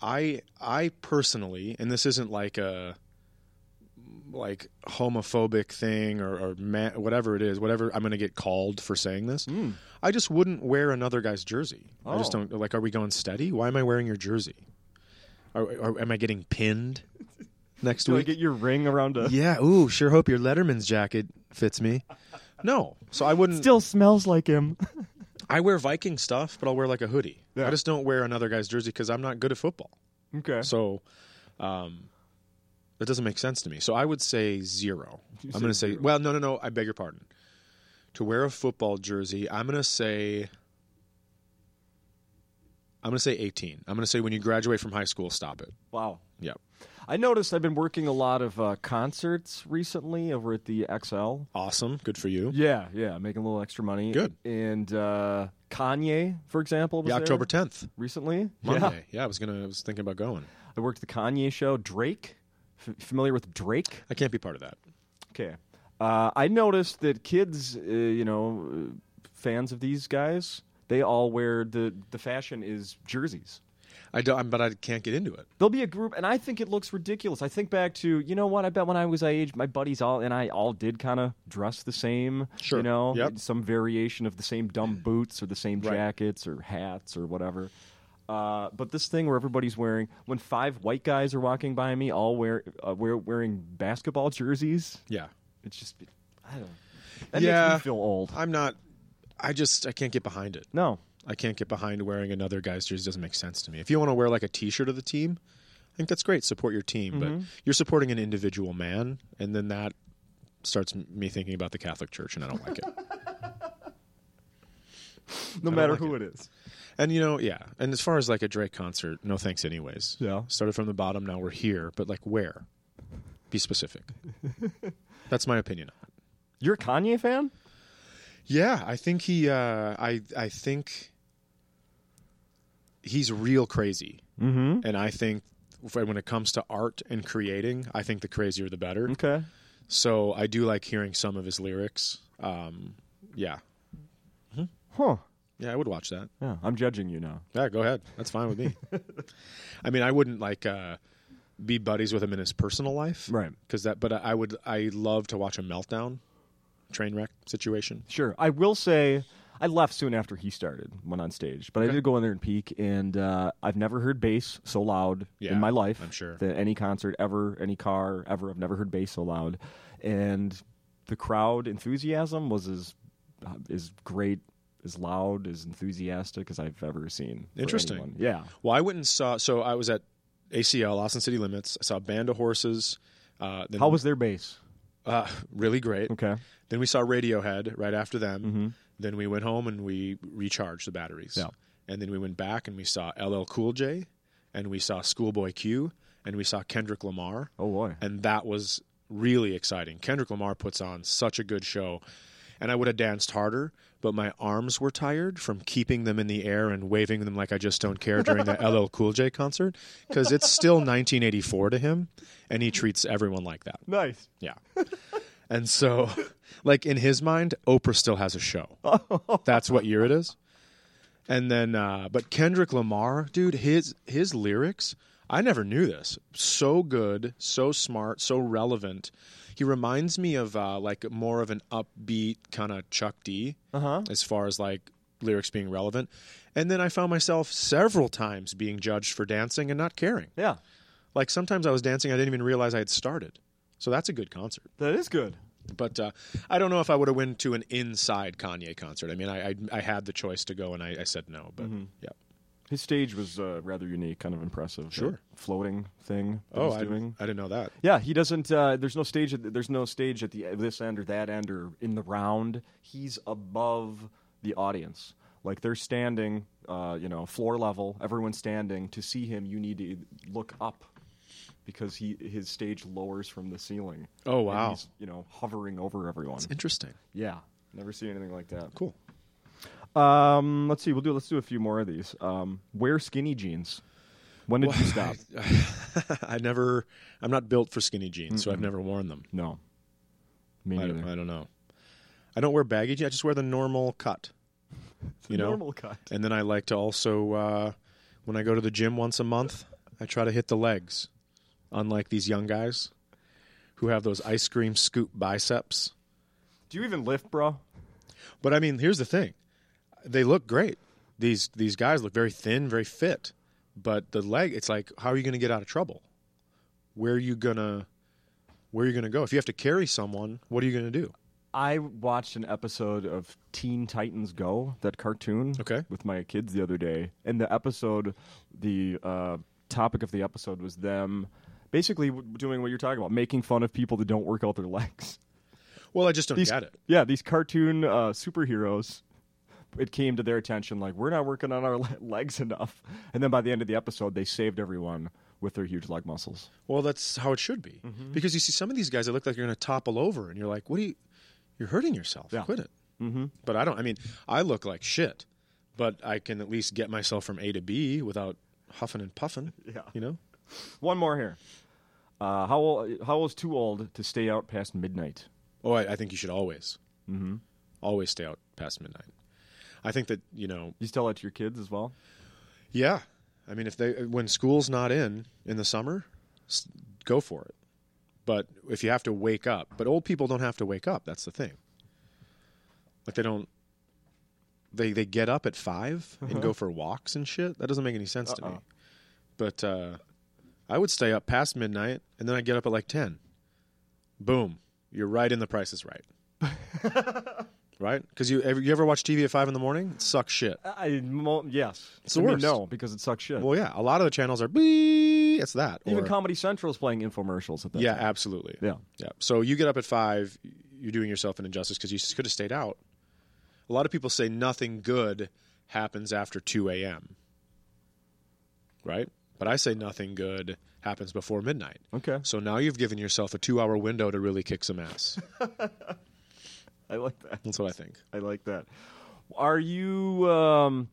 Speaker 2: I I personally, and this isn't like a like homophobic thing or, or ma- whatever it is, whatever I'm going to get called for saying this. I just wouldn't wear another guy's jersey. I just
Speaker 1: Hmm. Oh.
Speaker 2: don't like. Are we going steady? Why am I wearing your jersey? Are, are, am I getting pinned next
Speaker 1: Do I
Speaker 2: week?
Speaker 1: get your ring around a?
Speaker 2: yeah. Ooh, sure. Hope your Letterman's jacket fits me. No, so I wouldn't.
Speaker 1: Still smells like him.
Speaker 2: I wear Viking stuff, but I'll wear like a hoodie.
Speaker 1: Yeah.
Speaker 2: I just don't wear another guy's jersey because I'm not good at football.
Speaker 1: Okay.
Speaker 2: So, um, that doesn't make sense to me. So I would say zero. I'm going to say, well, no, no, no. I beg your pardon. To wear a football jersey, I'm going to say, I'm going to say 18. I'm going to say when you graduate from high school, stop it.
Speaker 1: Wow.
Speaker 2: Yep.
Speaker 1: I noticed I've been working a lot of uh, concerts recently over at the XL.
Speaker 2: Awesome. Good for you.
Speaker 1: Yeah, yeah, making a little extra money.
Speaker 2: Good.
Speaker 1: And uh, Kanye, for example, was
Speaker 2: Yeah,
Speaker 1: there
Speaker 2: October 10th,
Speaker 1: recently. Yeah,
Speaker 2: Monday. Yeah, I was gonna. I was thinking about going.
Speaker 1: I worked the Kanye show. Drake, F- familiar with Drake?
Speaker 2: I can't be part of that.
Speaker 1: Okay. Uh, I noticed that kids, uh, you know, uh, fans of these guys, they all wear the the fashion is jerseys.
Speaker 2: I don't. But I can't get into it.
Speaker 1: There'll be a group, and I think it looks ridiculous. I think back to you know what I bet when I was that age, my buddies all and I all did kind of dress the same.
Speaker 2: Sure.
Speaker 1: You know,
Speaker 2: Yep.
Speaker 1: some variation of the same dumb boots or the same
Speaker 2: Right.
Speaker 1: jackets or hats or whatever. Uh, but this thing where everybody's wearing when five white guys are walking by me, all wear uh, wear wearing basketball jerseys.
Speaker 2: Yeah.
Speaker 1: It's just I don't. That
Speaker 2: Yeah.
Speaker 1: makes me feel old.
Speaker 2: I'm not. I just. I can't get behind it.
Speaker 1: No.
Speaker 2: I can't get behind wearing another guy's jersey. Doesn't make sense to me. If you want to wear like a T-shirt of the team, I think that's great. Support your team, but you're supporting an individual man, and then that starts m- me thinking about the Catholic Church, and I don't like it.
Speaker 1: No
Speaker 2: don't
Speaker 1: matter
Speaker 2: like
Speaker 1: who
Speaker 2: it.
Speaker 1: it is.
Speaker 2: And you know, yeah. And as far as like a Drake concert, no thanks, anyways.
Speaker 1: Yeah.
Speaker 2: Started from the bottom, now we're here, but like where? Be specific. that's my opinion.
Speaker 1: You're a Kanye fan?
Speaker 2: Yeah, I think he. Uh, I I think he's real crazy, mm-hmm. and I think f- when it comes to art and creating, I think the crazier the better.
Speaker 1: Okay.
Speaker 2: So I do like hearing some of his lyrics. Um, yeah,
Speaker 1: Huh.
Speaker 2: yeah, I would watch that.
Speaker 1: Yeah. I'm judging you now.
Speaker 2: Yeah, go ahead. That's fine with me. I mean, I wouldn't like uh, be buddies with him in his personal life,
Speaker 1: Right.
Speaker 2: Because that. But I would. I love to watch a meltdown, train wreck situation.
Speaker 1: Sure. I will say I left soon after he started, went on stage, but I did go in there and peek, and uh, I've never heard bass so loud
Speaker 2: Yeah,
Speaker 1: in my life.
Speaker 2: I'm sure.
Speaker 1: Than any concert ever, any car ever. I've never heard bass so loud. And the crowd enthusiasm was as, uh, as great, as loud, as enthusiastic as I've ever seen. for
Speaker 2: Interesting.
Speaker 1: anyone. Yeah.
Speaker 2: Well, I went and saw. So I was at ACL, Austin City Limits. I saw a band of horses. Uh, then,
Speaker 1: How was their bass?
Speaker 2: uh, really great?
Speaker 1: Okay.
Speaker 2: Then we saw Radiohead right after
Speaker 1: Mm-hmm.
Speaker 2: them. Then we went home and we recharged the batteries.
Speaker 1: Yeah.
Speaker 2: And then we went back and we saw LL Cool J, and we saw Schoolboy Q, and we saw Kendrick Lamar
Speaker 1: Oh, boy.
Speaker 2: and that was really exciting. Kendrick Lamar puts on such a good show, and I would have danced harder, but my arms were tired from keeping them in the air and waving them like I just don't care during the LL Cool J concert because it's still 1984 to him, and he treats everyone like that.
Speaker 1: Nice.
Speaker 2: Yeah. and so, like in his mind, Oprah still has a show. That's what year it is. And then, uh, but Kendrick Lamar, dude, his his lyrics, I never knew this. So good, so smart, so relevant. He reminds me of uh, like more of an upbeat kind of Chuck D, uh-huh. as far as like lyrics being relevant. And then I found myself several times being judged for dancing and not caring.
Speaker 1: Yeah,
Speaker 2: Like sometimes I was dancing, I didn't even realize I had started. So that's a good concert.
Speaker 1: that is good.
Speaker 2: But uh, I don't know if I would have went to an inside Kanye concert. I mean, I I, I had the choice to go, and I, I said no. But
Speaker 1: Mm-hmm.
Speaker 2: yeah,
Speaker 1: His stage was uh, rather unique, kind of impressive.
Speaker 2: Sure.
Speaker 1: That floating thing. That
Speaker 2: oh,
Speaker 1: he's
Speaker 2: I,
Speaker 1: doing.
Speaker 2: I didn't know that.
Speaker 1: Yeah, he doesn't. Uh, there's no stage. At there's no stage at the this end or that end or in the round. He's above the audience. Like they're standing, uh, you know, floor level. Everyone's standing to see him. You need to look up because he his stage lowers from the ceiling.
Speaker 2: Oh,
Speaker 1: And
Speaker 2: wow.
Speaker 1: he's, you know, hovering over everyone.
Speaker 2: Interesting.
Speaker 1: Yeah, never seen anything like that.
Speaker 2: Cool.
Speaker 1: Um, let's see. We'll do. Let's do a few more of these. Um, wear skinny jeans. When did you stop?
Speaker 2: I never. I'm not built for skinny jeans, so I've never worn them.
Speaker 1: No, me
Speaker 2: I don't,
Speaker 1: neither.
Speaker 2: I don't know. I don't wear baggy jeans. I just wear the normal cut.
Speaker 1: It's
Speaker 2: you know,
Speaker 1: normal cut.
Speaker 2: And then I like to also, uh, when I go to the gym once a month, I try to hit the legs. Unlike these young guys, who have those ice cream scoop biceps.
Speaker 1: Do you even lift, bro?
Speaker 2: But I mean, here's the thing: they look great. These these guys look very thin, very fit. But the leg, it's like, how are you going to get out of trouble? Where are you gonna Where are you gonna go? If you have to carry someone, what are you gonna do?
Speaker 1: I watched an episode of Teen Titans Go, that cartoon,
Speaker 2: Okay.
Speaker 1: with my kids the other day. And the episode, the uh, topic of the episode was them basically w- doing what you're talking about, making fun of people that don't work out their legs.
Speaker 2: Well, I just don't get it.
Speaker 1: Yeah, these cartoon uh, superheroes. It came to their attention like we're not working on our le- legs enough, and then by the end of the episode, they saved everyone with their huge leg muscles.
Speaker 2: Well, that's how it should be.
Speaker 1: Mm-hmm.
Speaker 2: Because you see, some of these guys, they look like you're gonna topple over, and you're like, what do you? You're hurting yourself.
Speaker 1: Yeah.
Speaker 2: Quit it. Mm-hmm. But I don't. I mean, I look like shit, but I can at least get myself from A to B without huffing and puffing.
Speaker 1: Yeah.
Speaker 2: You know.
Speaker 1: One more here. Uh, how old? How old's too old to stay out past midnight?
Speaker 2: Oh, I, I think you should always, mm-hmm. always stay out past midnight. I think that you know,
Speaker 1: You tell that to your kids as well.
Speaker 2: yeah. I mean, if they when school's not in in the summer, s- go for it. But if you have to wake up, but old people don't have to wake up. That's the thing. Like they don't. They they get up at 5 and go for walks and shit. That doesn't make any sense to me. But uh, I would stay up past midnight and then I get up at like ten. Boom, you're right in the Price is Right. right? Because you ever, you ever watch TV at five in the morning? It sucks shit.
Speaker 1: I mo- yes.
Speaker 2: It's the
Speaker 1: I mean,
Speaker 2: worst.
Speaker 1: no, because it sucks shit.
Speaker 2: Well, yeah, a lot of the channels are bee. It's that.
Speaker 1: Even
Speaker 2: or-
Speaker 1: Comedy Central's playing infomercials at that.
Speaker 2: yeah,
Speaker 1: time.
Speaker 2: absolutely.
Speaker 1: Yeah.
Speaker 2: yeah. So you get up at five, you're doing yourself an injustice because you could have stayed out. A lot of people say nothing good happens after two a.m. Right, but I say nothing good happens before midnight.
Speaker 1: Okay.
Speaker 2: So now you've given yourself a two-hour window to really kick some ass.
Speaker 1: I like that.
Speaker 2: That's what I think.
Speaker 1: I like that. Are you um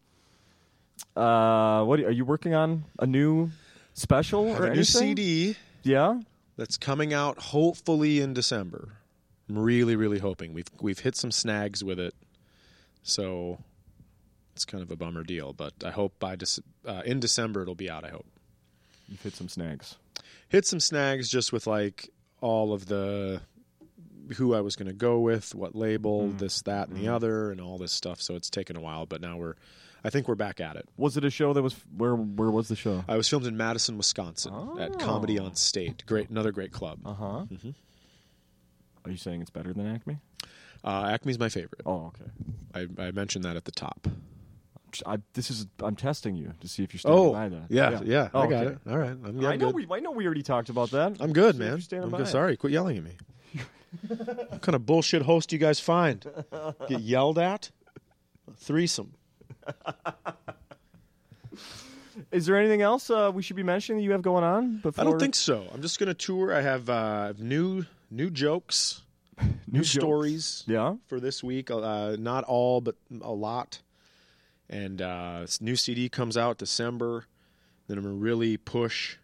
Speaker 1: uh what are you working on a new special or
Speaker 2: I have a new
Speaker 1: anything?
Speaker 2: CD
Speaker 1: Yeah.
Speaker 2: that's coming out hopefully in December. I'm really, really hoping. We've we've hit some snags with it, so it's kind of a bummer deal. But I hope by Dec- uh, in December it'll be out. I hope
Speaker 1: You've hit some snags.
Speaker 2: hit some snags just with like all of the who I was going to go with, what label, this, that, and the other, and all this stuff. So it's taken a while, but now we're, I think we're back at it.
Speaker 1: Was it a show that was where where was the show?
Speaker 2: I was filmed in Madison, Wisconsin, at Comedy on State. Great, another great club.
Speaker 1: Uh huh.
Speaker 2: mm-hmm.
Speaker 1: Are you saying it's better than Acme?
Speaker 2: Uh, Acme's my favorite.
Speaker 1: Oh, okay.
Speaker 2: I, I mentioned that at the top.
Speaker 1: I, this is I'm testing you to see if you're standing
Speaker 2: Oh,
Speaker 1: by that.
Speaker 2: yeah, yeah,
Speaker 1: Oh,
Speaker 2: I got
Speaker 1: okay.
Speaker 2: it. All right, I'm, I'm
Speaker 1: I know
Speaker 2: good.
Speaker 1: we I know we already talked about that.
Speaker 2: I'm good,
Speaker 1: See if
Speaker 2: man.
Speaker 1: you're standing
Speaker 2: I'm
Speaker 1: by
Speaker 2: good.
Speaker 1: it.
Speaker 2: Sorry, quit yelling at me. what kind of bullshit host do you guys find? Get yelled at? Threesome.
Speaker 1: Is there anything else uh, we should be mentioning that you have going on? Before
Speaker 2: I don't think so. I'm just gonna tour. I have uh, new new jokes
Speaker 1: New jokes.
Speaker 2: stories
Speaker 1: Yeah.
Speaker 2: for this week. Uh, not all, but a lot. And uh, this new CD comes out December. Then I'm gonna really push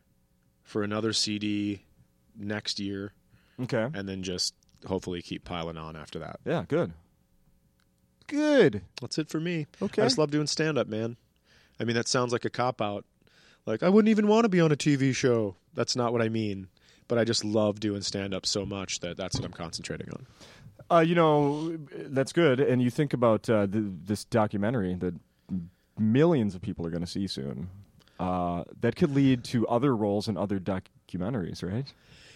Speaker 2: for another CD next year,
Speaker 1: Okay.
Speaker 2: and then just hopefully keep piling on after that.
Speaker 1: Yeah. Good. Good.
Speaker 2: That's it for me.
Speaker 1: Okay.
Speaker 2: I just love doing stand up, man. I mean, that sounds like a cop out. Like, I wouldn't even want to be on a TV show. That's not what I mean. But I just love doing stand up so much that that's what I'm concentrating on.
Speaker 1: Uh, you know, that's good. And you think about uh, th- this documentary that millions of people are going to see soon. Uh, that could lead to other roles in other documentaries, right?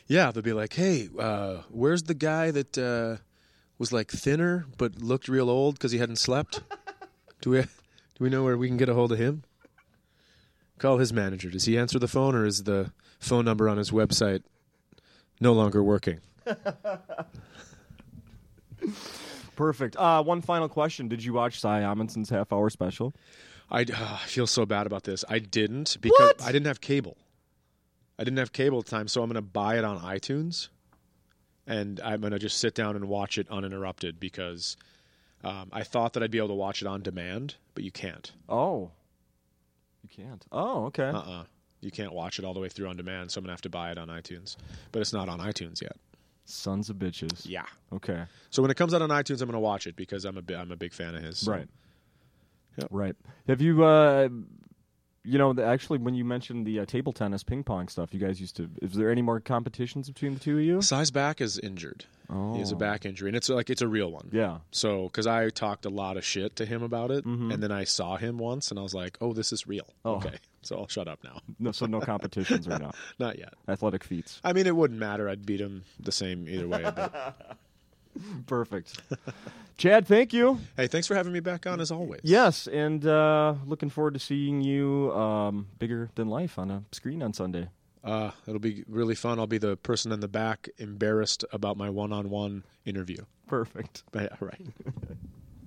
Speaker 2: Yeah, they'll be like, hey, uh, where's the guy that uh, was like thinner but looked real old because he hadn't slept? do we do we know where we can get a hold of him? Call his manager. Does he answer the phone, or is the phone number on his website no longer working?
Speaker 1: Perfect. Uh, one final question: Did you watch Cy Amundsen's half-hour special?
Speaker 2: I, ah, I feel so bad about this. I didn't because I didn't have cable. I didn't have cable at the time, so I'm going to buy it on iTunes, and I'm going to just sit down and watch it uninterrupted because um, I thought that I'd be able to watch it on demand, but you can't.
Speaker 1: Oh, you can't. Oh, okay.
Speaker 2: Uh uh You can't watch it all the way through on demand, so I'm going to have to buy it on iTunes. But it's not on iTunes yet.
Speaker 1: Sons of bitches.
Speaker 2: Yeah.
Speaker 1: Okay.
Speaker 2: So when it comes out on iTunes, I'm going to watch it because I'm a, bi- I'm a big fan of his. so-
Speaker 1: Right.
Speaker 2: Yep.
Speaker 1: Right. Have you, uh, you know, the, actually, when you mentioned the uh, table tennis, ping pong stuff, you guys used to. Is there any more competitions between the two of you?
Speaker 2: Size back is injured. He has a
Speaker 1: Oh.
Speaker 2: back injury, and it's like it's a real one.
Speaker 1: Yeah.
Speaker 2: So, because I talked a lot of shit to him about it, and then I saw him once, and I was like, "Oh, this is real."
Speaker 1: Oh.
Speaker 2: Okay, so I'll shut up now.
Speaker 1: No, so no competitions right now.
Speaker 2: Not yet.
Speaker 1: Athletic feats.
Speaker 2: I mean, it wouldn't matter. I'd beat him the same either way. But
Speaker 1: Perfect. Chad, thank you.
Speaker 2: hey, thanks for having me back on as always.
Speaker 1: Yes, and uh, looking forward to seeing you um, bigger than life on a screen on Sunday.
Speaker 2: uh, it'll be really fun. I'll be the person in the back, embarrassed about my one-on-one interview.
Speaker 1: Perfect.
Speaker 2: But yeah, right.